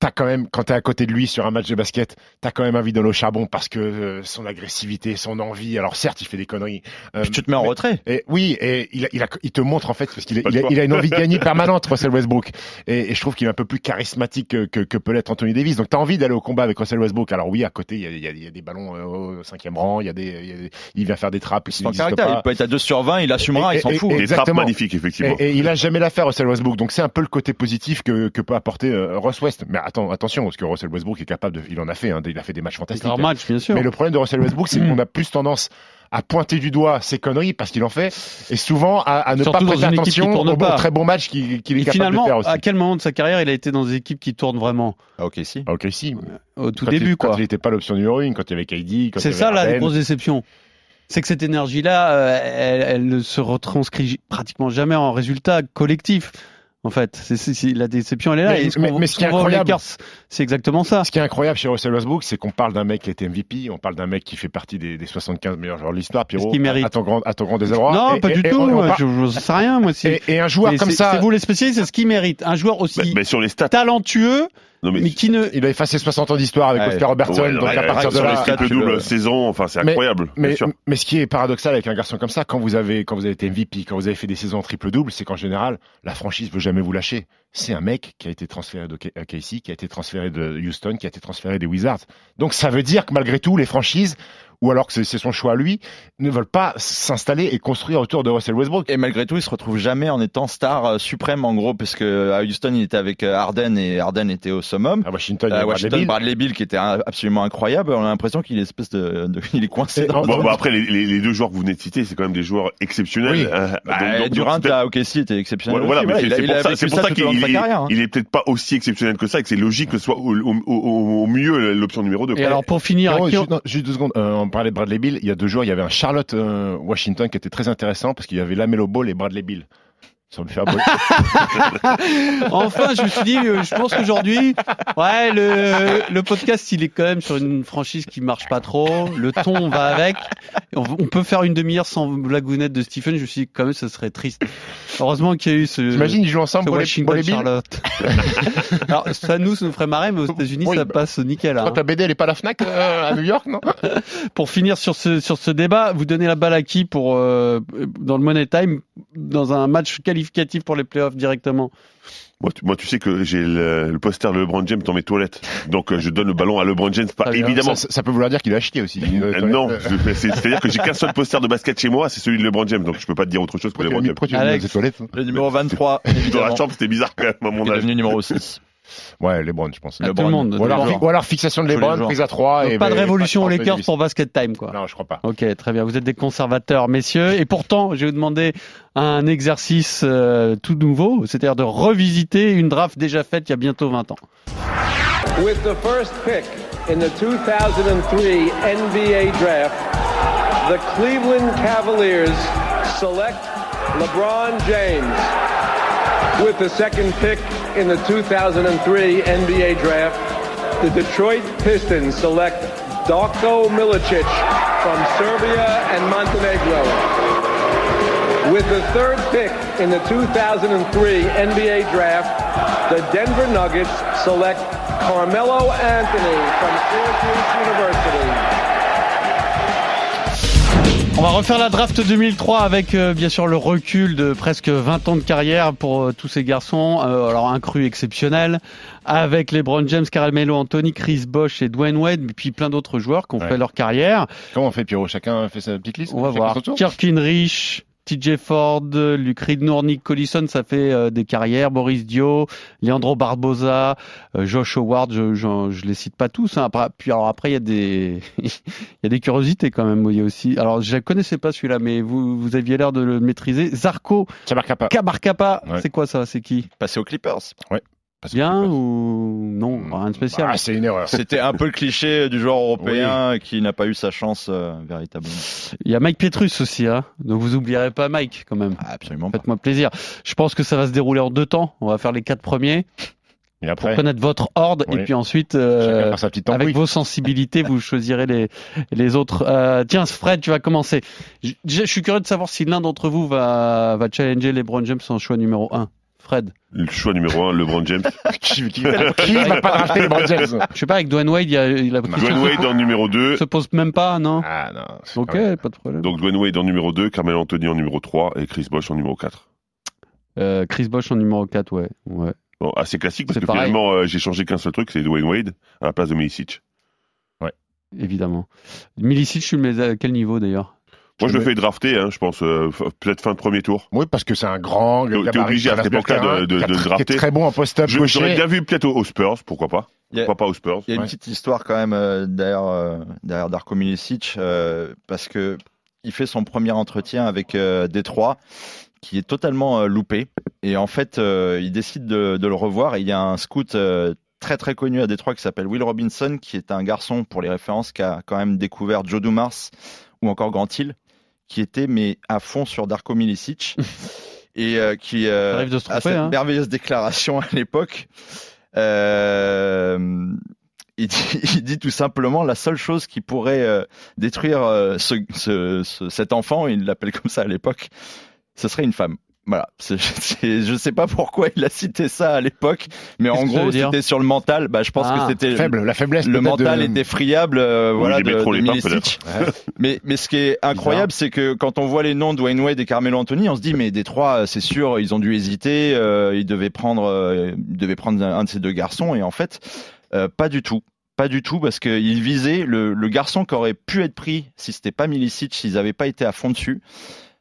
S6: T'as quand même, quand t'es à côté de lui sur un match de basket, t'as quand même envie dans le charbon parce que euh, son agressivité, son envie. Alors certes, il fait des conneries. euh,
S7: Puis tu te mets en
S6: mais-
S7: retrait.
S6: Et oui, et il, a- il, a- il te montre en fait parce qu'il a,
S2: Pas de
S6: il a-
S2: quoi.
S6: il a une envie de gagner permanente, Russell Westbrook. Et, et je trouve qu'il est un peu plus charismatique que, que, que peut l'être Anthony Davis. Donc t'as envie d'aller au combat avec Russell Westbrook. Alors oui, à côté, il y a, il y a- il y a des ballons euh, au cinquième rang, il y a des, il, y a des- il vient faire des trappes. qui
S7: Son
S6: n'existent
S7: caractère,
S6: pas.
S7: il peut être à 2 sur 20, il assumera,
S6: Et-
S7: il s'en
S6: et-
S7: fout.
S2: contre. Des trappes
S6: Exactement.
S2: magnifiques effectivement.
S6: Et, et il a jamais l'affaire Russell Westbrook, donc c'est un peu le côté positif que, que peut apporter euh, Russ West. Mais attends, attention, parce que Russell Westbrook est capable de, il en a fait, hein, il a fait des matchs fantastiques.
S5: Leur match, bien sûr.
S6: Mais le problème de Russell Westbrook,
S5: Mm.
S6: c'est qu'on a plus tendance à pointer du doigt ses conneries parce qu'il en fait, et souvent à, à ne
S5: Surtout
S6: pas
S5: dans
S6: prêter
S5: une équipe qui
S6: attention
S5: tourne
S6: au bon,
S5: pas.
S6: très bon match qu'il qu'il est
S5: Et
S6: capable
S5: finalement,
S6: de faire aussi.
S5: à quel moment de sa carrière il a été dans des équipes qui tournent vraiment
S7: Ah, ok, si.
S6: Ah, Ok, si.
S5: Au tout
S6: Quand
S5: début,
S6: il,
S5: quoi.
S6: Quand il n'était pas l'option numéro une, quand il y avait KD, quand il y
S5: C'est
S6: avait
S5: ça là, la
S6: Harden.
S5: grosse déception. C'est que cette énergie-là, euh, elle, elle ne se retranscrit pratiquement jamais en résultat collectif. En fait, c'est c'est- c'est- la déception, elle est là.
S6: Mais-
S5: Et qu'on
S6: mais-
S5: voit-
S6: mais ce qui est
S5: qu'on voit aux
S6: incroyable-
S5: Lakers, c'est exactement ça.
S6: Ce qui est incroyable chez Russell Westbrook, c'est qu'on parle d'un mec qui a été MVP, on parle d'un mec qui fait partie des, des 75 meilleurs joueurs de l'histoire, Pierrot.
S5: qu'il mérite
S6: À ton grand, à ton grand désarroi.
S5: non,
S6: Et-
S5: pas
S6: et-
S5: du
S6: et
S5: tout.
S6: on- et on
S5: moi,
S6: par-
S5: je, je sais rien, moi. si-
S6: Et, et un joueur
S5: Mais
S6: comme
S5: c'est-
S6: ça,
S5: c'est vous les spécialistes, c'est ce qu'il mérite. Un joueur aussi
S2: Mais- mais sur les stats
S5: talentueux,
S2: Non, mais,
S5: Mais qui ne.
S6: Il a effacé 60 ans d'histoire avec
S7: Ouais.
S6: Oscar Robertson,
S2: Ouais, non,
S6: donc
S2: mais
S6: à
S2: avec-
S6: partir de
S2: sur les
S6: là.
S2: triple
S7: tu
S2: double
S7: le-
S2: saison, enfin, c'est incroyable, bien
S6: Mais,
S2: sûr.
S6: mais ce qui est paradoxal avec un garçon comme ça, quand vous avez, quand vous avez été MVP, quand vous avez fait des saisons en triple-double, c'est qu'en général, la franchise veut jamais vous lâcher. C'est un mec qui a été transféré de K- à Casey, qui a été transféré de Houston, qui a été transféré des Wizards. Donc ça veut dire que malgré tout, les franchises, ou alors que c'est c'est son choix à lui, ne veulent pas s'installer et construire autour de Russell Westbrook.
S7: Et malgré tout, il se retrouve jamais en étant star euh, suprême, en gros, parce que à Houston, il était avec euh, Harden et Harden était au summum.
S6: À
S2: Ah
S6: Washington, il y a Bradley
S7: À Euh, Washington,
S6: Beal.
S7: Bradley Bill, qui était euh, absolument incroyable, on a l'impression qu'il est espèce de, de- il est coincé.
S6: Et
S7: Dans
S6: en-
S2: Bon, bah, après, les, les- les deux joueurs que vous venez de citer, c'est quand même des joueurs exceptionnels.
S6: Oui.
S2: hein.
S7: Bah,
S2: Donc- donc- donc,
S7: Durant
S2: c'est
S7: à OKC était exceptionnel.
S2: Ouais, voilà,
S7: aussi,
S2: mais
S7: il a-
S2: c'est- c'est
S7: il a
S2: pour ça, c'est pour
S7: vécu
S2: ça
S7: tout
S2: qu'il
S7: au long de sa
S2: il est,
S7: carrière, hein.
S2: il est peut-être pas aussi exceptionnel que ça, et que c'est logique que ce soit au, au- au- au mieux l'option numéro 2.
S5: Et alors pour finir,
S6: Pierrot,
S5: qui en-
S6: juste, non, juste deux secondes. Euh, on parlait de Bradley Bill. Il y a deux jours, il y avait un Charlotte euh, Washington qui était très intéressant parce qu'il y avait Lamelo Ball et Bradley Bill. Ça me fait un peu-
S5: enfin, je me suis dit, euh, je pense qu'aujourd'hui, ouais, le, le podcast, il est quand même sur une franchise qui marche pas trop. Le ton va avec. On, on peut faire une demi-heure sans blagounette de Stephen. Je me suis dit, quand même, ce serait triste. Heureusement qu'il y a eu ce.
S6: T'imagines, ils jouent
S5: ce
S6: ensemble Ball et,
S5: Washington
S6: Ball et Bill.
S5: Charlotte. Alors ça nous ça nous ferait marrer mais aux États-Unis
S6: Oui,
S5: ça
S6: bah,
S5: passe nickel. hein.
S6: Toi, ta BD, elle est pas à la Fnac euh, à New York, non
S5: Pour finir sur ce sur ce débat, vous donnez la balle à qui pour euh, dans le Money Time dans un match qualificatif pour les playoffs directement
S2: Moi tu, moi, tu sais que j'ai le, le poster de LeBron James dans mes toilettes. Donc, euh, je donne le ballon à LeBron James, pas,
S5: Ah, bien,
S2: évidemment.
S6: ça, ça- ça peut vouloir dire qu'il a acheté aussi.
S2: Euh, non, je- c'est- c'est-à-dire que j'ai qu'un seul poster de basket chez moi, c'est celui de LeBron James, donc je peux pas te dire autre chose que LeBron James.
S6: Pourquoi tu
S5: Alex.
S6: as des toilettes
S7: Le numéro 23,
S2: Dans la
S7: évidemment,
S2: chambre, c'était bizarre quand même à
S7: qui
S2: mon
S7: est
S2: âge.
S7: devenu numéro 6.
S6: Ouais, les Browns, je pense.
S5: à tout
S7: LeBron.
S5: le monde.
S6: Ou alors,
S5: Tous les
S6: fi- ou alors fixation de
S7: Tous
S6: les
S7: les
S6: Browns,
S7: jours.
S6: prise à 3.
S5: Donc,
S6: et
S5: pas de
S6: et-
S5: révolution aux
S6: Eh ben, pas de
S5: Lakers
S6: Davis.
S5: pour Basket Time quoi.
S6: Non, je crois pas.
S5: Ok, très bien. Vous êtes des conservateurs, messieurs. Et pourtant, je vais vous demander un exercice euh, tout nouveau, c'est-à-dire de revisiter une draft déjà faite il y a bientôt 20 ans.
S9: With the first pick in the 2003 NBA draft, the Cleveland Cavaliers select LeBron James. With the second pick in the 2003 NBA draft, the Detroit Pistons select Darko Milicic from Serbia and Montenegro. With the third pick in the 2003 NBA draft, the Denver Nuggets select Carmelo Anthony from Syracuse University.
S5: On va refaire la draft 2003 avec euh, bien sûr le recul de presque 20 ans de carrière pour euh, tous ces garçons. Euh, alors un cru exceptionnel avec les LeBron James, Carmelo Anthony, Chris Bosh et Dwayne Wade, et puis plein d'autres joueurs qui ont
S6: Ouais.
S5: fait leur carrière.
S6: Comment on fait, Pierrot Chacun fait sa petite liste
S5: On va
S6: Chacun
S5: voir.
S6: son tour
S5: Kirk Hinrich, TJ Ford, Luc Ridnour, Nick Collison, ça fait euh, des carrières. Boris Dio, Leandro Barbosa, euh, Josh Howard, je, je, je les cite pas tous. hein. Après, puis alors après, il y a des, il y a des curiosités quand même. Il y a aussi. Alors, je ne connaissais pas celui-là, mais vous, vous aviez l'air de le maîtriser. Zarco
S6: Ça marquera pas.
S5: Kabarkapa,
S6: Ah, Ouais.
S5: c'est quoi ça C'est qui
S7: Passé aux Clippers.
S6: Parce que-
S5: Bien ou non Rien de spécial.
S6: Ah, c'est une erreur.
S7: C'était un peu le cliché du joueur européen qui n'a pas eu sa chance euh, véritablement.
S5: Il y a Mike Pietrus aussi, hein. Donc vous oublierez pas Mike quand même.
S7: Ah,
S6: bah.
S7: absolument pas.
S5: Faites-moi plaisir. Je pense que ça va se dérouler en deux temps. On va faire les quatre premiers.
S6: Et
S5: pour
S6: après,
S5: connaître votre horde
S6: Oui.
S5: et puis ensuite euh,
S6: chacun faire sa petite
S5: avec
S6: tambouille.
S5: vos sensibilités vous choisirez les les autres Euh, tiens Fred tu vas commencer J- déjà, je suis curieux de savoir si l'un d'entre vous va va challenger LeBron James en choix numéro 1 Fred
S2: Le choix numéro 1, LeBron James.
S6: Qui qui- qui va pas drafter les Browns James
S5: je sais pas avec Dwayne Wade il y a, il a la question
S2: Dwayne Wade euh, en numéro 2.
S5: se pose même pas non
S6: Ah non. c'est
S5: ok
S6: quand même-
S5: pas de problème
S2: Donc Dwayne Wade en numéro 2, Carmelo Anthony en numéro 3 et Chris Bosh en numéro 4.
S5: Euh, Chris Bosh en numéro 4 ouais ouais
S2: Bon, assez classique parce
S5: C'est
S2: que
S5: pareil.
S2: finalement euh, j'ai changé qu'un seul truc, c'est Dwayne Wade à la place de Milicic.
S5: évidemment Milicic je le mets à quel niveau d'ailleurs
S2: Moi je le
S6: mets-
S2: fais drafter, hein, je pense euh, f- peut-être fin de premier tour.
S6: Oui, parce que c'est un grand.
S2: T'es- t'es
S6: gabarit,
S2: obligé à
S6: traverse
S2: cette époque-là de-
S6: le terrain,
S2: de-
S6: qui a-
S2: de
S6: qui est
S2: drafter.
S6: très bon en post-up
S2: Je- J'aurais
S6: gaucher.
S2: bien vu peut-être aux, aux Spurs, pourquoi pas
S7: Il y a-
S2: Pourquoi pas aux Spurs
S7: Il y a
S6: Ouais.
S7: une petite histoire quand même euh, derrière, euh, derrière Darko Milicic, euh, parce que il fait son premier entretien avec euh, Détroit, qui est totalement euh, loupé. Et en fait, euh, il décide de, de le revoir. Et il y a un scout euh, très très connu à Détroit qui s'appelle Will Robinson, qui est un garçon, pour les références, qui a quand même découvert Joe Dumars ou encore Grant Hill, qui était mais à fond sur Darko Milicic. Et euh, qui euh,
S5: Ça arrive de se
S7: à
S5: tromper,
S7: cette
S5: hein.
S7: merveilleuse déclaration à l'époque. Euh, il, dit, il dit tout simplement la seule chose qui pourrait euh, détruire euh, ce, ce- ce- cet enfant, il l'appelle comme ça à l'époque, ce serait une femme. Voilà, c'est- c'est- je sais pas pourquoi il a cité ça à l'époque, mais en
S5: que ça veut
S7: gros
S5: dire
S7: c'était sur le mental. Bah, je pense
S5: Ah.
S7: que c'était
S6: Faible, la faiblesse
S7: le
S6: peut-être
S7: mental
S6: de-
S7: était friable, euh, voilà,
S2: il
S7: de,
S2: aimait trop
S7: de
S2: les parts,
S7: Milicic. mais, mais ce qui est incroyable, c'est que quand on voit les noms de Wayne Wade et Carmelo Anthony, on se dit mais des trois, euh, c'est sûr, ils ont dû hésiter, euh, ils devaient prendre, euh, ils devaient prendre un un de ces deux garçons, et en fait, euh, pas du tout. Pas du tout, parce qu'ils visaient le, le garçon qui aurait pu être pris si c'était pas Milicic, s'ils n'avaient pas été à fond dessus.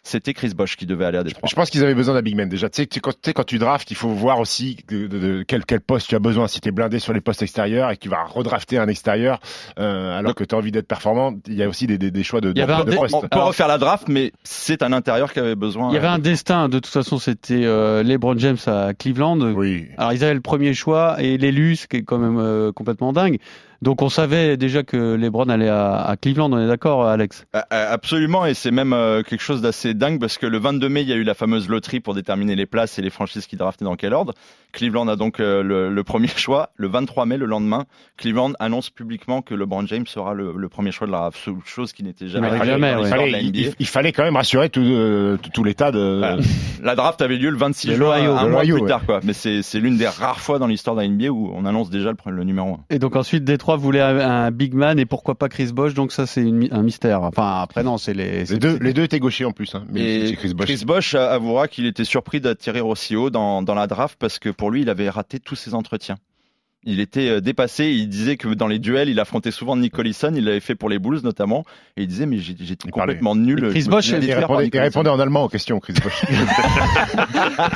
S7: C'était Chris Bosch qui devait aller à des trois.
S6: Je pense qu'ils avaient besoin d'un big man déjà. Tu sais, tu- quand, tu sais, quand tu draftes, il faut voir aussi de, de- de quel, quel poste tu as besoin. Si tu es blindé sur les postes extérieurs et que tu vas redrafter un extérieur euh, alors que tu as envie d'être performant, il y a aussi des, des- des choix de,
S5: Il y avait
S6: de-
S5: un
S6: de
S5: dé-
S6: postes.
S7: On peut
S5: Alors-
S7: refaire la draft, mais c'est un intérieur qui avait besoin.
S5: Il y avait un destin. De toute façon, c'était euh, LeBron James à Cleveland.
S6: Oui.
S5: Alors, ils avaient le premier choix et l'élu, ce qui est quand même euh, complètement dingue. Donc, on savait déjà que LeBron allait à, à Cleveland. On est d'accord, Alex
S7: A- a- Euh, Absolument, et c'est même euh, quelque chose d'assez dingue parce que le 22 mai, il y a eu la fameuse loterie pour déterminer les places et les franchises qui draftaient dans quel ordre. Cleveland a donc euh, le, le premier choix. Le 23 mai, le lendemain, Cleveland annonce publiquement que LeBron James sera le, le premier choix de la draft, chose qui n'était jamais
S5: Il n'arrive
S7: arrivée
S5: jamais,
S7: dans
S5: ouais.
S6: Il
S7: l'histoire de la
S6: fallait, il-
S7: NBA.
S6: il- il fallait quand même rassurer tout, euh, tout- tout l'état de.
S7: Voilà. La draft avait lieu le 26
S6: De
S7: juin,
S6: l'Ohio,
S7: un
S6: de
S7: mois
S6: l'Ohio,
S7: plus
S6: ouais.
S7: tard. Quoi. Mais c'est c'est l'une des rares fois dans l'histoire de la NBA où on annonce déjà le, pre- le numéro 1.
S5: Et donc, ensuite, Détroit voulait un, un big man et pourquoi pas Chris Bosh. Donc, ça, c'est une mi- un mystère. Enfin, après, non, c'est les.
S6: Les
S5: c'est-
S6: deux, les deux étaient gauchers en plus, hein, mais c'est
S7: Et
S6: Chris Bosh.
S7: avouera qu'il était surpris d'attirer aussi haut dans, dans la draft parce que pour lui, il avait raté tous ses entretiens. Il était euh, dépassé. Il disait que dans les duels, il affrontait souvent Nick Collison. Il l'avait fait pour les Bulls notamment. Et il disait mais j'ai- j'étais
S6: Il
S7: complètement nul.
S5: Chris
S7: Je me
S5: Bosh,
S7: faisais
S5: il
S6: Il
S7: détruire par
S6: répondait,
S7: Nick
S6: il
S7: Collison.
S6: répondait en allemand aux questions, Chris Bosh.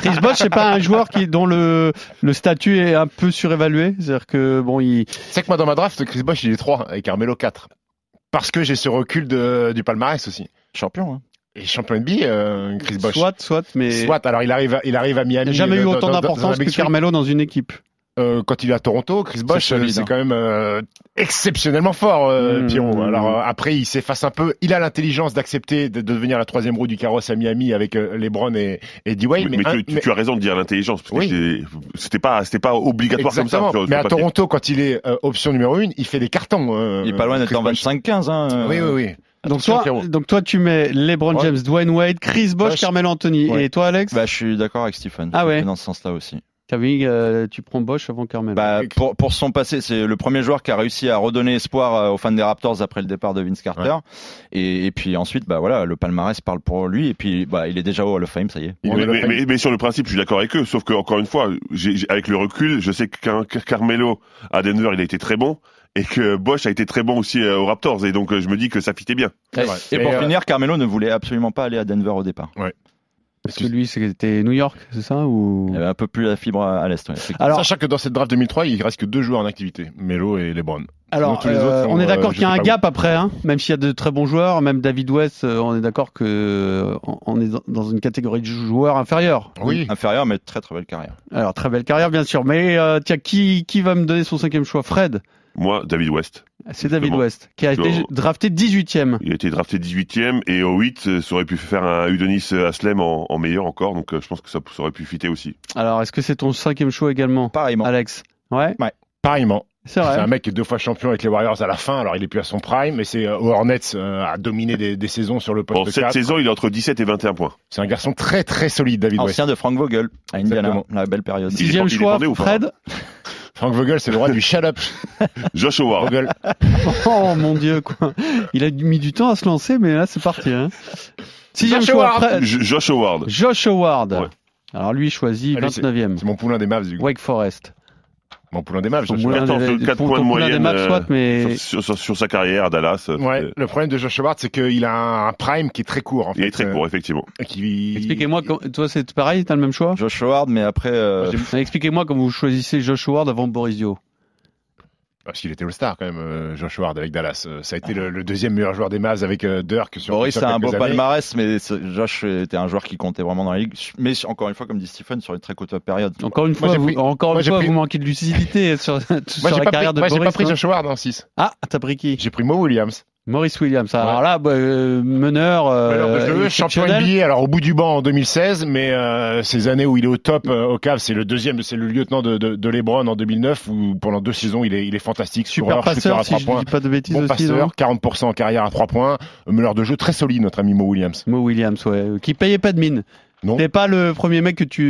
S5: Chris Bosh, c'est pas un joueur qui, dont le, le statut est un peu surévalué. C'est-à-dire que, bon, il.
S6: C'est que moi, dans ma draft, Chris Bosh, il est 3 et Carmelo 4. Parce que j'ai ce recul de, du palmarès aussi.
S7: Champion. hein.
S6: Et champion NBA, euh, Chris Bosh.
S5: Soit, soit, mais.
S6: Soit, alors il arrive, à, il arrive à
S5: Il
S6: Miami.
S5: n'y a jamais
S6: euh,
S5: eu
S6: dans-
S5: autant
S6: dans- dans- dans un
S5: d'importance
S6: Big
S5: que
S6: Three.
S5: Carmelo dans une équipe.
S6: Euh, quand il est à Toronto, Chris Bosh,
S7: solide,
S6: euh, c'est
S7: hein.
S6: quand même euh, exceptionnellement fort, euh,
S5: Mmh,
S6: Pierrot.
S5: mmh,
S6: Alors
S5: mmh.
S6: euh, après, il s'efface un peu. Il a l'intelligence d'accepter de de devenir la troisième roue du carrosse à Miami avec euh, LeBron et, et D-Wade.
S2: mais mais
S6: un-
S2: tu, tu- tu as raison de dire l'intelligence, parce que
S6: Oui.
S2: j'ai- c'était pas, c'était pas obligatoire comme ça.
S6: Exactement.
S2: sur-
S6: mais
S2: sur
S6: à
S2: le papier.
S6: Toronto, quand il est euh, option numéro une, il fait des cartons. euh,
S7: Il est pas loin d'être
S6: Chris
S7: en
S6: Bosh.
S7: 25-15. hein.
S6: Oui,
S2: euh.
S6: oui, oui.
S5: Donc
S6: Attention,
S5: toi,
S6: Pierrot.
S5: donc toi, tu mets LeBron
S6: Ouais.
S5: James, Dwayne Wade, Chris Bosh,
S6: Bosh.
S5: Carmelo Anthony.
S6: Ouais.
S5: Et toi, Alex
S7: Bah, je suis d'accord avec Stephen.
S5: Ah ouais.
S7: Dans ce sens-là aussi.
S5: T'as vu, euh, tu prends Bosh avant Carmelo.
S7: Bah, pour, pour son passé, c'est le premier joueur qui a réussi à redonner espoir euh, aux fans des Raptors après le départ de Vince Carter. Et, et puis ensuite, bah voilà, le palmarès parle pour lui. Et puis, bah, il est déjà au Hall of Fame, ça y est.
S6: Il
S2: Mais,
S6: est-
S2: mais- mais- mais sur le principe, je suis d'accord avec eux. Sauf que encore une fois, j'ai- j'ai- avec le recul, je sais que Car- Car- Carmelo à Denver, il a été très bon, et que Bosch a été très bon aussi euh, aux Raptors. Et donc, euh, je me dis que ça fitait bien.
S6: C'est vrai.
S7: Et
S6: Mais,
S7: pour
S6: euh,
S7: finir, Carmelo ne voulait absolument pas aller à Denver au départ.
S5: Parce que lui, c'était New York, c'est ça ou
S7: Il
S6: Euh,
S7: avait un peu plus la fibre à à l'est. ouais, effectivement.
S5: Alors,
S6: Sachant que dans cette draft 2003, il reste que deux joueurs en activité, Melo et LeBron.
S5: alors
S6: tous les
S5: euh,
S6: autres sont,
S5: on est d'accord
S6: euh,
S5: qu'il y a un
S6: je sais pas
S5: gap après, hein, même s'il y a de très bons joueurs, même David West, euh, on est d'accord que euh, on- on est dans- dans une catégorie de joueurs inférieurs.
S6: Ah, Oui.
S7: Inférieur, mais très très belle carrière.
S5: Alors très belle carrière, bien sûr. Mais euh, tiens, qui qui va me donner son cinquième choix Fred.
S2: Moi, David West,
S5: C'est David
S2: Exactement.
S5: West, qui a été
S2: Yo.
S5: drafté 18e.
S2: il a été drafté 18e et au 8, euh, ça aurait pu faire un Udonis Aslem en, en meilleur encore. Donc, euh, je pense que ça, ça aurait pu fitter aussi.
S5: Alors, est-ce que c'est ton cinquième choix également,
S7: Pareillement.
S6: Ah,
S5: Alex Ouais,
S6: Pareillement.
S5: c'est
S6: C'est
S5: vrai.
S6: un mec qui est deux fois champion avec les Warriors à la fin, alors il est plus à son prime, mais c'est euh, aux Hornets euh, à dominer des, des saisons sur le poste
S2: Bon, cette
S6: 4.
S2: saison, il est entre 17 et 21 points.
S6: C'est un garçon très très solide,
S5: Oh,
S6: David West.
S7: Ancien de Frank Vogel à Indiana.
S6: Exactement.
S7: La belle période.
S2: Il est
S5: Sixième
S2: pas- il est
S5: choix,
S2: bandé ou pas
S5: Fred.
S6: Frank Vogel, c'est le roi du shut up.
S2: Josh Howard.
S6: Vogel.
S5: Oh mon dieu, quoi. Il a mis du temps à se lancer, mais là c'est parti. Hein. Sixième
S6: Josh
S5: choix,
S6: Howard.
S5: Fred.
S2: J- Josh Howard.
S5: Josh Howard.
S2: Ouais.
S5: Alors lui il choisit
S6: Ah, lui,
S5: 29e.
S6: C'est mon poulain des Mavs, Hugo.
S5: Wake Forest.
S6: Mon poulain des Mavs.
S5: Ton
S6: Josh
S5: moulin
S6: Howard.
S5: des-
S2: 14,
S5: des-
S2: 4
S5: pour-
S2: points de
S5: pour l'un des
S2: moyenne
S5: maps, soit,
S2: euh,
S5: mais-
S2: sur, sur- sur sa carrière à Dallas. euh,
S6: Ouais,
S2: euh,
S6: le problème de Josh Howard, c'est qu'il a un prime qui est très court. En
S2: Il
S6: fait,
S2: est très
S6: euh,
S2: court, effectivement.
S6: qui-
S5: Expliquez-moi, quand- toi c'est pareil, t'as le même choix
S7: Josh Howard, mais après. euh,
S6: Moi, j'aime-
S5: Expliquez-moi comment vous choisissez Josh Howard avant Boris Dio.
S6: Parce qu'il était le star quand même, euh, Josh Howard avec Dallas. Euh, Ça a été le, le deuxième meilleur joueur des Mavs avec euh, Dirk sur
S7: Boris
S6: sur
S7: a un beau
S6: quelques années.
S7: palmarès, mais c'est- Josh était un joueur qui comptait vraiment dans la ligue. Mais encore une fois, comme dit Stephen, sur une très courte période.
S5: Encore une fois,
S6: j'ai
S5: vous,
S6: pris-
S5: encore
S6: moi,
S5: une
S6: j'ai
S5: fois
S6: pris-
S5: vous manquez de lucidité sur, sur
S6: Moi, j'ai
S5: la
S6: pas
S5: carrière
S6: pris, moi,
S5: de
S6: j'ai
S5: Boris.
S6: pas pris
S5: hein.
S6: Josh Howard en 6.
S5: Ah, t'as pris qui
S6: J'ai pris Mo Williams.
S5: Maurice Williams. Alors
S6: Ouais.
S5: là, bah, euh, meneur, euh,
S6: Alors, de jeu, champion
S5: exceptionnel.
S6: NBA, alors au bout du banc en 2016, mais euh, ces années où il est au top euh, au cave, c'est le deuxième, c'est le lieutenant de, de, de LeBron en 2009 où pendant deux saisons il est, il est fantastique,
S5: super
S6: scoreur, shooter
S5: passeur,
S6: à
S5: si
S6: trois
S5: je
S6: points,
S5: dis pas de bêtises
S6: bon
S5: aussi. hein. non
S6: passeur, 40% Euh, en carrière à trois points, meneur de jeu très solide notre ami Mo Williams.
S5: Mo Williams, ouais, euh, qui payait pas de mine.
S6: Non.
S5: T'es pas le premier mec que tu,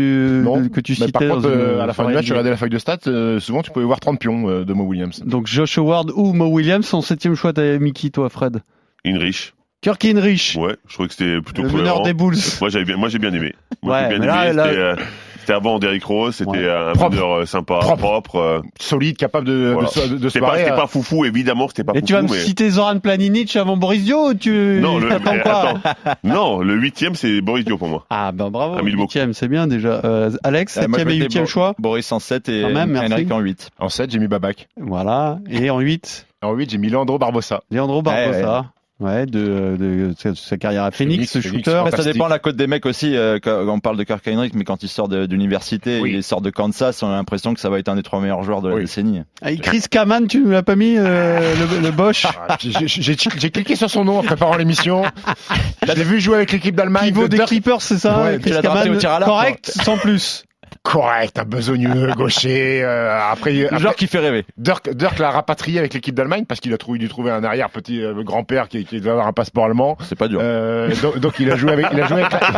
S6: Non.
S5: Euh, que tu
S6: Mais
S5: citais
S6: par contre,
S5: dans une-
S6: euh, à la fin du
S5: soirée
S6: match, je
S5: NBA.
S6: regardais la feuille de stats. euh, souvent, tu pouvais voir 30 pions euh, de Mo Williams.
S5: Donc Josh Howard ou Mo Williams, son septième choix, t'avais mis qui toi, Fred
S2: Inrich.
S5: Kirk Hinrich,
S2: Ouais, hein. je trouvais que c'était plutôt
S5: le
S2: cohérent.
S5: meneur des Bulls.
S2: Moi, j'avais bien, moi, j'ai bien aimé. Moi,
S5: Ouais,
S2: j'ai bien
S5: mais là,
S2: aimé.
S5: là-
S2: C'était, euh, c'était avant Derrick Rose, c'était
S5: Ouais.
S2: euh, un
S6: Propre.
S2: meneur euh, sympa,
S6: Propre.
S2: propre. euh,
S6: Solide, capable de,
S2: voilà.
S6: de se- de, de euh. se
S2: C'était pas,
S6: barrer.
S2: c'était pas foufou, évidemment, c'était pas
S5: Et
S2: foufou.
S5: tu vas me
S2: mais-
S5: citer Zoran Planinic avant Boris Dio ou tu
S2: Non, le,
S5: t'attends
S2: mais
S5: quoi
S2: attends. non, le huitième, c'est Boris Dio pour moi.
S5: Ah ben bravo,
S2: À mille mots.
S5: huitième, c'est bien déjà. Euh, Alex,
S7: Ah, moi, je
S5: septième et
S7: mettais
S5: huitième
S7: Bo-
S5: choix.
S7: Boris en 7 et
S5: Quand même, merci.
S7: Henrik en 8.
S6: En 7, j'ai mis Babac.
S5: Voilà. Et en huit,
S6: En 8, j'ai mis Leandro Barbossa.
S5: Leandro Barbosa. Ouais, de, de, de sa carrière à Phoenix,
S6: Phoenix,
S5: ce
S6: Phoenix,
S5: shooter.
S6: ouais.
S7: Après, ça
S6: Fantastique.
S7: dépend la cote des mecs aussi. euh, quand on parle de Kirk Heinrich, mais quand il sort de- d'université,
S6: Oui.
S7: il sort de Kansas, on a l'impression que ça va être un des trois meilleurs joueurs de la
S6: Oui.
S7: décennie.
S5: Ah, et Chris Kaman, tu ne l'as pas mis, euh, le, le Bosch
S6: Ah, J'ai j'ai- j'ai cliqué sur son nom en préparant l'émission. Je l'ai vu jouer avec l'équipe d'Allemagne.
S5: Pivot
S6: de
S5: des
S6: Dirk-
S5: Clippers, c'est ça
S7: Ouais, tu
S5: Chris
S7: l'as drafté
S5: Kaman,
S7: au tir à l'arc,
S5: correct, sans plus.
S6: Correct, un besogneux, gaucher. euh, après,
S7: Le
S6: après,
S7: joueur qui fait rêver.
S6: Dirk, Dirk l'a rapatrié avec l'équipe d'Allemagne parce qu'il a trouvé, dû trouver un arrière petit euh, grand-père qui, qui doit avoir un passeport allemand.
S7: C'est pas dur.
S6: Euh, donc, donc il a joué avec, il a joué avec, la-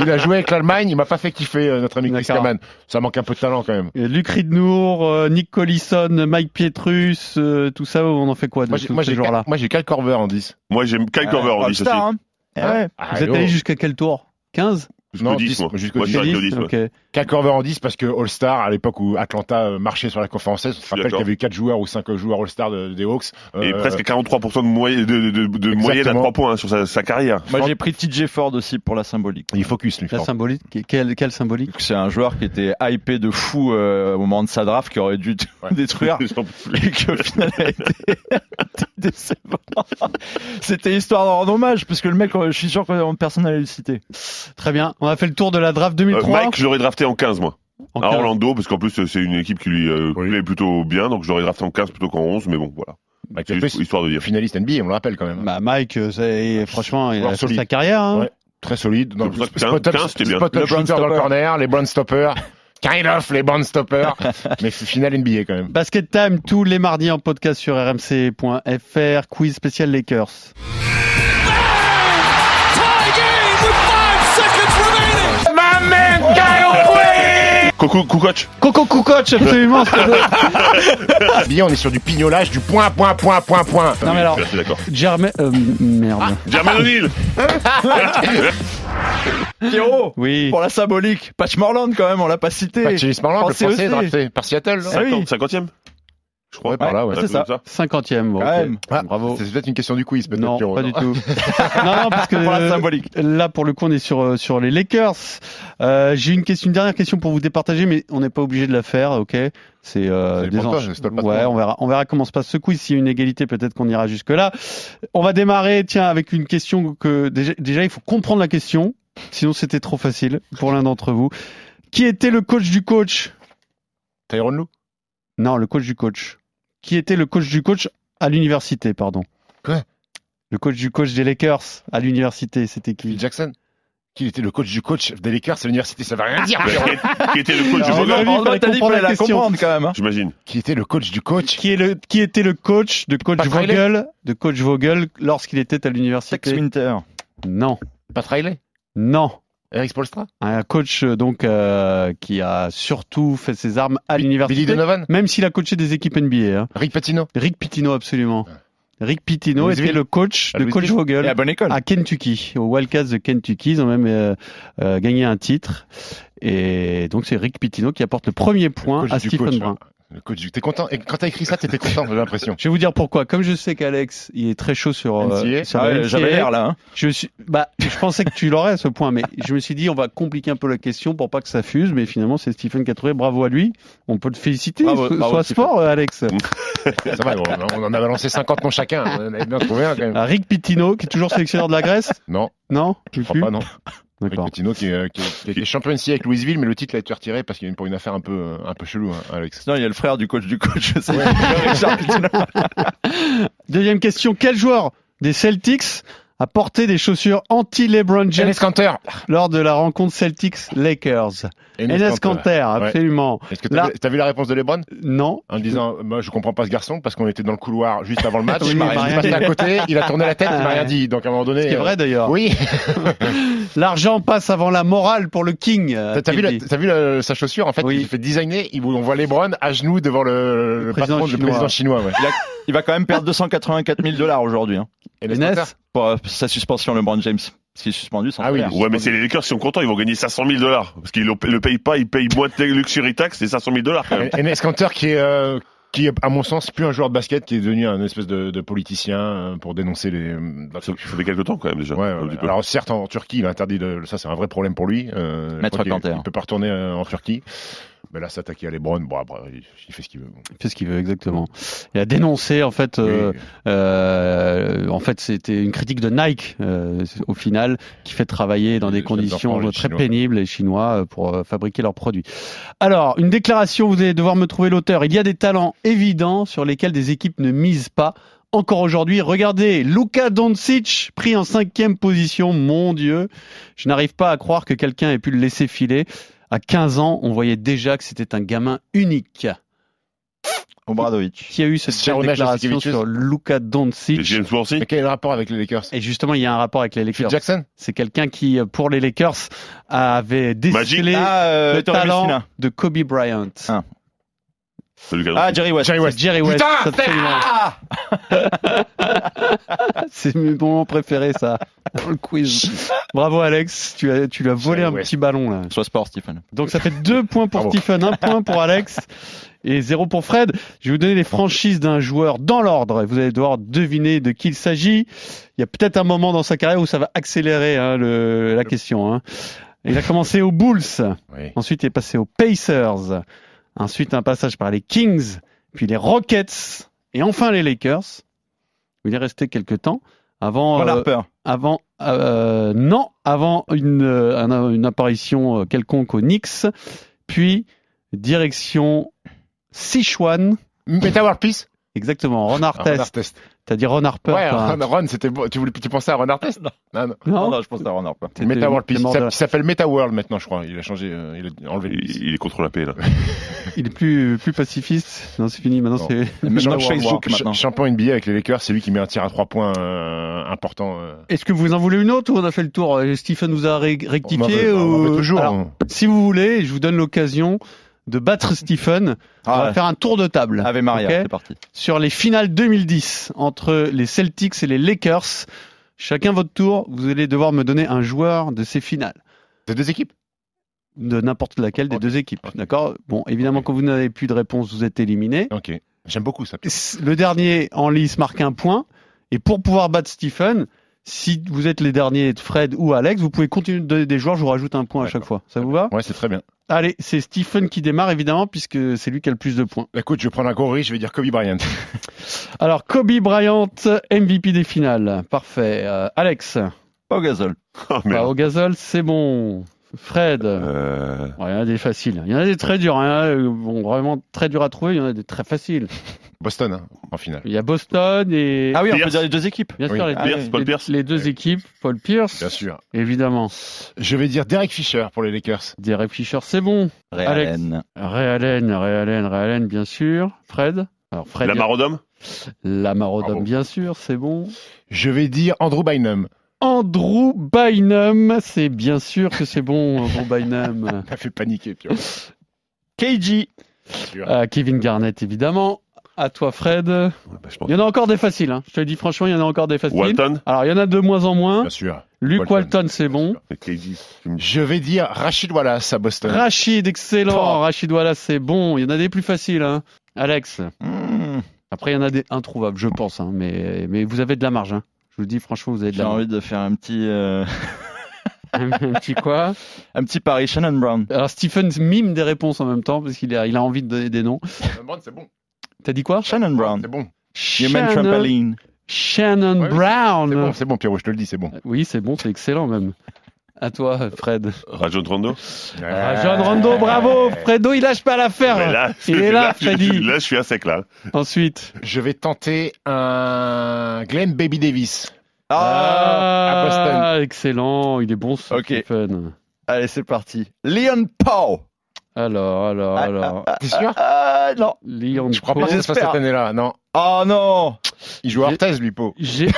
S6: il a joué avec l'Allemagne. Il m'a pas fait kiffer euh, notre ami Chris
S5: D'accord.
S6: Kaman. Ça manque un peu de talent quand même.
S5: Et Luc Ridnour, euh, Nick Collison, Mike Pietrus, euh, tout ça, on en fait quoi de
S6: Moi j'ai,
S5: tous
S6: moi
S5: ces
S6: j'ai,
S5: joueurs-là
S6: moi j'ai Kyle Korver en 10.
S2: Moi, j'aime Kyle Corver, on dit ceci.
S7: Rockstar, hein. Eh ouais.
S6: Ah,
S5: Vous êtes
S6: allô.
S5: allé jusqu'à quel tour 15
S2: Jusqu'au
S6: Non,
S2: 10,
S6: dix,
S2: moi.
S6: jusqu'au
S2: Moi, je suis
S5: dix,
S2: resté au 10, ouais.
S5: ok.
S6: Kyle Korver en 10 parce que All-Star, à l'époque où Atlanta euh, marchait sur la conférence Est, on se rappelle
S2: d'accord.
S6: qu'il y avait 4 joueurs ou 5 joueurs All-Star de- des Hawks.
S2: Et
S6: Euh,
S2: presque 43% de, moyenne de, de- de- de moyenne à
S6: Exactement.
S2: 3 points hein, sur sa, sa carrière.
S7: Moi, j'ai pris TJ Ford aussi pour la symbolique.
S6: Il focus, lui.
S5: La
S6: Franck.
S5: symbolique, quelle, quelle symbolique
S7: C'est un joueur qui était hypé de fou euh, au moment de sa draft, qui aurait dû tout
S6: Ouais.
S7: détruire. et qui au final a été décevant. C'était histoire de rendre hommage, parce que le mec, euh, je suis sûr que personne n'allait le citer.
S5: Très bien, on a fait le tour de la draft
S2: Euh,
S5: 2003.
S2: Mike, je l'aurais drafté en 15, moi.
S5: En
S2: à
S5: 15.
S2: Orlando, parce qu'en plus, c'est une équipe qui lui euh,
S6: Oui.
S2: plaît plutôt bien, donc je l'aurais drafté en 15 plutôt qu'en 11, mais bon, voilà.
S6: Bah, qui, en
S2: C'est juste
S6: plus,
S2: histoire de
S6: est
S2: dire.
S6: finaliste NBA, on le rappelle quand même.
S5: Bah Mike, euh, c'est- franchement, il a
S6: Joueur
S5: fait
S6: solide.
S5: sa carrière. hein.
S6: Ouais. Très solide.
S2: C'est
S6: Non,
S2: pour ça que
S6: spot
S2: 15,
S6: up,
S2: 15, c'était bien.
S6: spot
S7: Le
S6: up shooter
S7: Brand
S6: dans le
S7: Stopper.
S6: corner, les Brown Stoppers. Kind of, les Brown Stoppers. Mais finale NBA quand même.
S5: Basket Time tous les mardis en podcast sur rmc.fr. Quiz spécial Lakers.
S2: Coucou, coucoche
S5: Coco Coucoche, absolument. c'est-
S2: Ah.
S6: Bien, on est sur du pignolage, du point, point, point, point, point.
S5: non mais alors,
S2: Je suis d'accord.
S5: Jermaine, euh, merde.
S2: Jermaine O'Neal
S7: Pierrot,
S5: Oui.
S7: pour la symbolique, Patch Morland quand même, on l'a pas cité.
S6: Patrice Smarland, le
S7: Français
S6: français
S7: aussi.
S6: drafté par Seattle. non
S7: Ah oui.
S2: 50, 50e Je crois.
S6: Ouais, par là, ouais.
S2: Un
S7: C'est
S2: truc comme
S7: ça.
S5: 50e. bon,
S7: Quand
S5: ok.
S7: même.
S6: Ah,
S5: Bravo.
S6: C'est peut-être une question du quiz, peut-être.
S5: Non,
S6: Pierrot,
S5: pas du tout. non, non, parce que
S7: Pour la
S5: euh,
S7: symbolique.
S5: là, pour le coup, on est sur euh, sur les Lakers. Euh, J'ai une question, une dernière question pour vous départager, mais on n'est pas obligé de la faire, ok C'est euh,
S6: C'est
S5: des
S6: pour toi,
S5: enche-
S6: je stole pas
S5: Ouais,
S6: toi.
S5: on verra, on verra comment se passe ce quiz. S'il y a une égalité, peut-être qu'on ira jusque là. On va démarrer, tiens, avec une question que déjà, déjà il faut comprendre la question, sinon c'était trop facile pour l'un d'entre vous. Qui était le coach du coach
S6: Tyrone Lou.
S5: Non, le coach du coach. Qui était le coach du coach à l'université, pardon
S6: Quoi
S5: Le coach du coach des Lakers à l'université, c'était qui
S6: Phil Jackson. Qui était le coach du coach des Lakers à l'université, ça veut rien dire. Pierrot.
S2: ça. Qui était le coach du
S5: Alors,
S2: Bogan,
S5: Ah, oui.
S7: Morland,
S5: fallait
S7: t'as dit
S5: comprendre
S7: fallait
S5: la
S7: la
S5: question.
S7: comprendre quand même. hein.
S2: j'imagine.
S6: Qui était le coach du coach
S5: qui, est le, qui était le coach de coach
S6: Pat Riley
S5: Vogel, de coach Vogel lorsqu'il était à
S7: Tex
S5: l'université
S7: Winter.
S5: Non,
S6: Pat Riley
S5: non.
S6: Eric Spolstra
S5: Un coach euh, donc euh, qui a surtout fait ses armes à
S6: Billy
S5: l'université,
S6: Donovan
S5: même s'il a coaché des équipes NBA. hein.
S6: Rick Patino
S5: Rick Pitino absolument. Rick Pitino était
S6: Louisville
S5: le coach
S6: À
S5: de coach
S6: Louisville.
S5: Vogel.
S7: Et à bonne école.
S5: à Kentucky, aux Wildcats de Kentucky. Ils ont même euh, euh, gagné un titre. Et donc, c'est Rick Pitino qui apporte le premier point
S6: coach
S5: à
S6: du
S5: Ah, Stephen
S6: coach, hein.
S5: Brun.
S6: Le coach du... T'es content Et quand t'as écrit ça, t'étais content, j'ai l'impression.
S5: hein. Je vais vous dire pourquoi. Comme je sais qu'Alex, il est très chaud sur, euh,
S6: NCAA.
S5: sur
S7: Ah
S5: la
S7: ouais,
S5: NCAA,
S7: J'avais l'air là. hein.
S5: Je, suis, bah, je pensais que tu l'aurais à ce point, mais je me suis dit, on va compliquer un peu la question pour pas que ça fuse. Mais finalement, c'est Stephen qui a trouvé. Bravo à lui. On peut le féliciter.
S7: Bravo,
S5: So-
S7: bravo,
S5: Sois
S7: Stephen.
S5: sport, euh, Alex.
S6: ça va, on, on en avait lancé 50 noms chacun. On en avait bien trouvé un quand même.
S5: Ah, Rick Pitino, qui est toujours sélectionneur de la Grèce.
S6: Non,
S5: Non Tu
S6: je crois pas, non. Rick
S5: D'accord.
S6: Pitino qui, est- qui, est- qui était champion NCAA avec Louisville, mais le titre a été retiré parce qu'il y a une- pour une affaire un peu, euh, un peu chelou, hein, Alex.
S7: Sinon, il y a le frère du coach du coach. c'est Richard Pitino.
S5: Deuxième question. Quel joueur des Celtics a porté des chaussures anti-LeBron James
S6: James Canter.
S5: lors de la rencontre Celtics-Lakers. Enes Kanter, absolument.
S6: Est-ce que t'as
S5: Là-
S6: vu- t'as vu la réponse de LeBron
S5: Non.
S6: en disant moi je comprends pas ce garçon parce qu'on était dans le couloir juste avant le match
S5: Oui,
S6: il
S5: il m'a rien
S6: est passé
S5: dit. Ah,
S6: à côté il a tourné la tête il m'a rien dit donc à un moment donné
S5: Ce qui est
S6: euh,
S5: vrai d'ailleurs.
S6: oui
S5: L'argent passe avant la morale pour le King. euh,
S6: t'as t'as vu, la-
S5: Ah, Tilly.
S6: t'as vu la- sa chaussure en fait
S5: Oui.
S6: il fait designer il- on voit Lebron à genoux devant le, le
S5: président
S6: patron du
S5: chinois.
S6: président chinois ouais.
S7: Il, a- il va quand même perdre 284 000 dollars aujourd'hui hein,
S6: Et
S5: Enes,
S6: Enes Kanter
S7: pour euh, sa suspension, LeBron James. Parce qu'il est suspendu sans
S6: Ah oui,
S7: salaire.
S2: Ouais, mais c'est les Lakers qui sont contents, ils vont gagner 500 000 dollars. Parce qu'ils le- le payent pas, ils payent moins de luxury tax, c'est 500 000 dollars quand même.
S6: Enes Kanter qui est euh, qui est, à mon sens, plus un joueur de basket, qui est devenu un espèce de, de politicien euh, pour dénoncer les. euh,
S2: Ça ça fait quelques temps quand même déjà.
S6: Ouais, ouais,
S2: Du coup.
S6: Alors certes, en Turquie, il a interdit de. Ça, c'est un vrai problème pour lui. Euh, je
S7: Maître
S6: crois qu'il-
S7: Kanter.
S6: Il peut pas retourner euh, en Turquie. Mais là, s'attaquer à Lebron, bon, après, il, il fait ce qu'il veut.
S5: Il fait ce qu'il veut exactement. Il a dénoncé en fait, euh,
S6: Oui.
S5: euh, en fait c'était une critique de Nike euh, au final qui fait travailler dans
S6: Les
S5: des
S6: jeunes enfants,
S5: conditions
S6: les
S5: euh, très
S6: Chinois.
S5: pénibles les Chinois euh, pour euh, fabriquer leurs produits. Alors une déclaration, vous allez devoir me trouver l'auteur. Il y a des talents évidents sur lesquels des équipes ne misent pas. Encore aujourd'hui, regardez, Luka Doncic pris en cinquième position. Mon Dieu, je n'arrive pas à croire que quelqu'un ait pu le laisser filer. À 15 ans, on voyait déjà que c'était un gamin unique
S7: Obradovic.
S5: qui a eu cette
S6: Sharon
S5: belle déclaration
S6: Jasikevičius.
S5: sur Luka
S2: Et
S5: Doncic.
S2: James Worthy
S6: Mais quel est le rapport avec les Lakers
S5: Et justement, il y a un rapport avec les
S6: Phil
S5: Lakers.
S6: Jackson
S5: C'est quelqu'un qui, euh, pour les Lakers, avait décelé
S7: Ah, euh,
S5: le
S7: Victor
S5: talent
S7: Augustina.
S5: de Kobe Bryant.
S7: Ah,
S2: Salut, Lucas
S7: Ah, Jerry West.
S6: Jerry West.
S5: C'est Jerry West,
S6: Putain,
S5: absolument. C'est mon moment préféré, ça, dans le quiz. Bravo, Alex. Tu as, tu lui as volé
S6: Jerry
S5: un
S6: West.
S5: petit ballon, là.
S7: Soit sport, Stephen.
S5: Donc ça fait deux points pour
S6: Bravo.
S5: Stephen, un point pour Alex et zéro pour Fred. Je vais vous donner les franchises d'un joueur dans l'ordre. et Vous allez devoir deviner de qui il s'agit. Il y a peut-être un moment dans sa carrière où ça va accélérer hein, le- la question. hein. Il a commencé aux Bulls,
S6: Oui.
S5: ensuite il est passé aux Pacers, ensuite un passage par les Kings, puis les Rockets et enfin les Lakers. Il est resté quelques temps avant
S7: Paul
S5: euh,
S7: Harper.
S5: avant euh, non avant une, euh, un- une apparition euh, quelconque au Knicks puis direction Sichuan
S6: Meta World Peace
S5: exactement Ron Artest
S6: Ah, Ron Artest.
S5: t'as dit Ron Harper
S6: Ouais,
S5: toi.
S6: Ron, Ron, c'était bon. Tu, voulais, tu pensais à Ron Artest Non, non.
S7: Non,
S5: non,
S7: non, je pense à Ron Harper.
S5: T'étais-
S6: Meta World
S5: t'es
S6: Peace. Il
S5: mort de
S6: s'appelle-
S5: la-
S6: il s'appelle Meta World maintenant, je crois. Il a changé, euh, il a enlevé le
S2: Il, il est contre la paix là.
S5: il est plus plus pacifiste non c'est fini maintenant
S6: Non.
S5: c'est
S7: Maintenant,
S6: Champion-
S7: Facebook, maintenant.
S6: Champion NBA avec les Lakers, c'est lui qui met un tir à trois points euh, important. euh.
S5: est-ce que vous en voulez une autre ou on a fait le tour Euh, Stephen nous a ré-
S6: On en
S5: rectifié
S6: veut- on en veut
S5: ou-
S6: toujours.
S5: Alors,
S6: hein.
S5: si vous voulez je vous donne l'occasion de battre Stephen on
S7: Ah,
S5: va faire un tour de table
S7: Ave Maria,
S5: Ok
S7: c'est parti.
S5: sur les finales 2010 entre les Celtics et les Lakers. Chacun votre tour, vous allez devoir me donner un joueur de ces finales,
S6: T'as deux équipes
S5: de n'importe laquelle des
S6: Ok.
S5: deux équipes.
S6: Ok.
S5: D'accord Bon, évidemment, quand vous n'avez plus de réponse, vous êtes éliminé.
S6: Ok. J'aime beaucoup ça.
S5: Le dernier en lice marque un point. Et pour pouvoir battre Stephen, si vous êtes les derniers de Fred ou Alex, vous pouvez continuer de donner des joueurs, je vous rajoute un point à
S6: D'accord.
S5: chaque fois. Ça vous va
S6: Ouais, c'est très bien.
S5: Allez, c'est Stephen qui démarre, évidemment, puisque c'est lui qui a le plus de points.
S6: Bah, Écoute, je vais prendre un gros risque, je vais dire Kobe Bryant.
S5: Alors, Kobe Bryant, MVP des finales. Parfait. Euh, Alex,
S7: Pas au gazole.
S2: Ah, merde.
S5: Pao Gasol, Bah, c'est bon. Fred,
S2: Euh,
S5: Ouais, il y en a des faciles. Il y en a des très durs. hein. Euh, Bon, vraiment très durs à trouver. Il y en a des très faciles.
S6: Boston, hein, en finale.
S5: Il y a Boston et.
S7: Ah oui, on
S2: Pierce.
S7: peut dire les deux équipes.
S5: Bien
S6: oui.
S5: sûr, les,
S7: Ah,
S2: Pierce,
S5: les-
S2: Paul
S5: les-
S2: Pierce.
S5: les deux équipes, Paul Pierce,
S6: Bien sûr.
S5: évidemment.
S6: Je vais dire Derek Fisher pour les Lakers.
S5: Derek Fisher, c'est bon.
S7: Ray
S5: Alex.
S7: Allen.
S5: Ray Allen, Ray Allen, Ray Allen, bien sûr. Fred. Alors, Fred.
S2: la Marodome
S5: Lamar Odom,
S6: Bravo.
S5: bien sûr, c'est bon.
S6: Je vais dire Andrew Bynum.
S5: Andrew Bynum, c'est bien sûr que c'est bon, Andrew Bynum.
S6: T'as fait paniquer, Pierre.
S5: KG.
S6: Sûr.
S5: Euh, Kevin Garnett, évidemment. À toi, Fred.
S2: Ouais, bah, je pense.
S5: Il y en a encore des faciles. hein. Je te le dis franchement, il y en a encore des faciles.
S2: Walton
S5: Alors, il y en a de moins en moins.
S6: Bien sûr.
S5: Luke
S6: Walton.
S5: Walton, c'est bon.
S2: KD. Tu me-
S6: Je vais dire Rachid Wallace à Boston.
S5: Rachid, excellent.
S6: Oh.
S5: Rachid Wallace, c'est bon. Il y en a des plus faciles. hein. Alex.
S7: Hmm,
S5: Après, il y en a des introuvables, je pense. hein. Mais, mais vous avez de la marge. hein. Je vous le dis franchement, vous avez de
S7: J'ai
S5: la marge.
S7: envie de faire un petit, euh,
S5: Un petit quoi
S7: un petit pari. Shannon Brown.
S5: Alors, Stephen mime des réponses en même temps parce qu'il a, il a envie de donner des noms.
S6: Brown, C'est bon.
S5: T'as dit quoi
S7: Shannon Brown.
S6: C'est bon.
S7: Human
S5: Shannon,
S7: Trampoline.
S5: Shannon
S6: Ouais, oui,
S5: Brown.
S6: C'est bon, c'est bon, Pierrot, je te le dis, c'est bon.
S5: Oui, c'est bon, c'est excellent même. À toi, Fred.
S2: Rajon Rondo
S5: Euh, Rajon Rondo, bravo Fredo, il lâche pas l'affaire
S2: Mais là,
S5: Il est là,
S2: je- je-
S5: Freddy.
S2: là, je suis à sec là.
S5: Ensuite,
S6: Je vais tenter un Glenn Baby Davis.
S5: Ah,
S7: Ah,
S6: à Boston.
S5: excellent, il est bon ce
S7: Ok.
S5: Stephen.
S7: Allez, c'est parti. Leon Paul.
S5: Alors, alors, alors.
S6: T'es sûr
S7: Ah non.
S5: Leon
S6: Je crois pas que
S5: Poe.
S6: ce soit cette année-là. Non,
S7: Oh non.
S6: il joue à Arthès, lui, Po.
S5: J'ai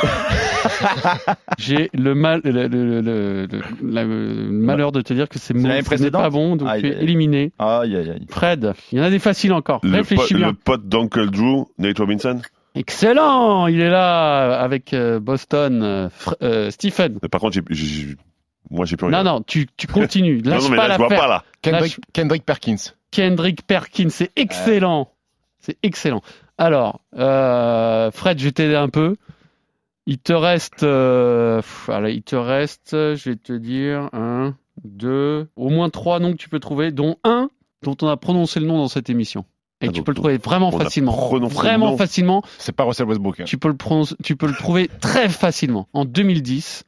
S5: j'ai le mal le, le- le- le- le- la- le malheur de te dire que c'est
S7: l'année
S5: mauvais, ce n'est
S7: précédente
S5: pas bon, donc
S7: Aïe,
S5: tu es
S7: aïe, aïe.
S5: éliminé.
S7: Aïe aïe aïe.
S5: Fred, il y en a des faciles encore.
S2: Le, pote-
S5: Réfléchis bien.
S2: le pote d'Uncle Drew, Nate Robinson.
S5: Excellent, il est là avec euh, Boston. euh, Fr- euh, Stephen,
S2: Par contre, j'ai- j'ai- moi, j'ai plus rien.
S5: non, non, tu, tu continues.
S2: Non,
S5: Lâche
S2: non, mais
S5: pas
S2: là, je vois
S5: l'affaire.
S2: pas, là. Oh,
S5: Là,
S6: Kendrick,
S5: je-
S6: Kendrick Perkins.
S5: Kendrick Perkins, c'est excellent. C'est excellent. Alors, euh, Fred, je vais t'aider un peu. Il te reste. euh, pff, allez, il te reste, euh, je vais te dire, un, deux, au moins trois noms que tu peux trouver, dont un dont on a prononcé le nom dans cette émission. Et
S2: Ah,
S5: tu
S2: donc,
S5: peux le trouver vraiment
S2: on a
S5: facilement.
S2: prononcé le
S5: Vraiment
S2: nom.
S5: facilement.
S6: C'est pas Russell Westbrook. hein.
S5: Tu peux, le prononcer- tu peux le trouver très facilement. En 2010.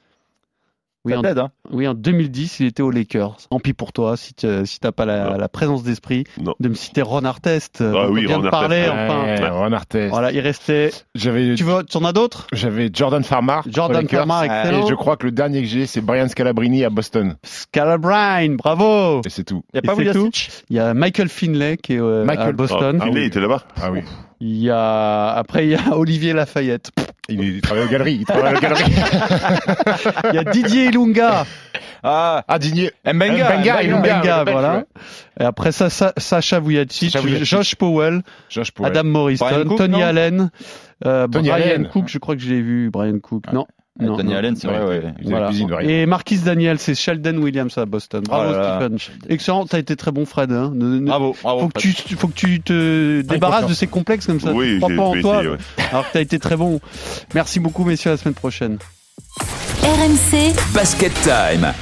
S5: Oui,
S7: Ça
S5: en
S7: t'aide, hein.
S5: oui, en 2010, il était aux Lakers. Tant pis pour toi si tu n'as pas la,
S2: Non.
S5: la présence d'esprit
S2: Non.
S5: de me citer Ron Artest. euh,
S2: Ah
S5: dont
S2: oui,
S5: on vient
S2: Ron
S5: de
S2: Artest,
S5: parler,
S2: ouais.
S5: enfin.
S6: Ouais, Ron Artest.
S5: Voilà, il restait.
S6: J'avais
S5: Tu veux, tu en as d'autres
S6: j'avais Jordan Farmer.
S5: Jordan
S6: Lakers.
S5: Farmer, excellent.
S6: Et je crois que le dernier que j'ai, c'est Brian Scalabrine à Boston.
S5: Scalabrine, bravo
S6: Et c'est tout.
S7: Y a
S5: Et
S7: pas
S5: c'est
S7: Vujacic
S5: Il y a Michael Finlay qui est euh,
S6: Michael-
S5: à Boston.
S2: Ah, il est- il était là-bas.
S6: Ah oui.
S5: Il y a après il y a Olivier Lafayette.
S6: Il, est- il travaille aux galeries. Il travaille aux galeries.
S5: Il y a Didier Ilunga.
S7: Ah,
S6: Ah, Digné.
S7: Mbenga.
S6: Mbenga, Ilunga,
S7: Mbenga.
S5: Ilunga,
S6: le Belge,
S5: voilà.
S6: ouais.
S5: Et après ça, ça- Sacha Vujacic,
S6: Sacha Vujacic.
S5: Josh Powell,
S6: Josh Powell.
S5: Adam Morrison,
S7: Brian Cook,
S5: Tony
S7: non
S5: Allen, euh,
S6: Tony
S5: Brian
S6: Allen.
S5: Cook, je crois que j'ai vu Brian Cook. Non. non,
S7: Ah. Tony
S5: non.
S7: Allen, c'est vrai, ouais.
S6: Il faisait la
S5: Voilà.
S6: cuisine, ouais.
S5: Et Marquis Daniel, c'est Sheldon Williams à Boston. Bravo
S7: Oh là Ah là.
S5: Stephen. Excellent, t'as été très bon Fred. Hein. Ne- ne-
S7: Bravo, bravo.
S5: faut, que tu, faut que tu te débarrasses de ces complexes comme ça.
S2: Oui,
S5: tu
S2: j'ai
S5: crois pas en
S2: j'ai
S5: toi.
S2: essayé, ouais.
S5: Alors que t'as été très bon. Merci beaucoup messieurs, à la semaine prochaine.
S4: RMC,
S10: Basket Time.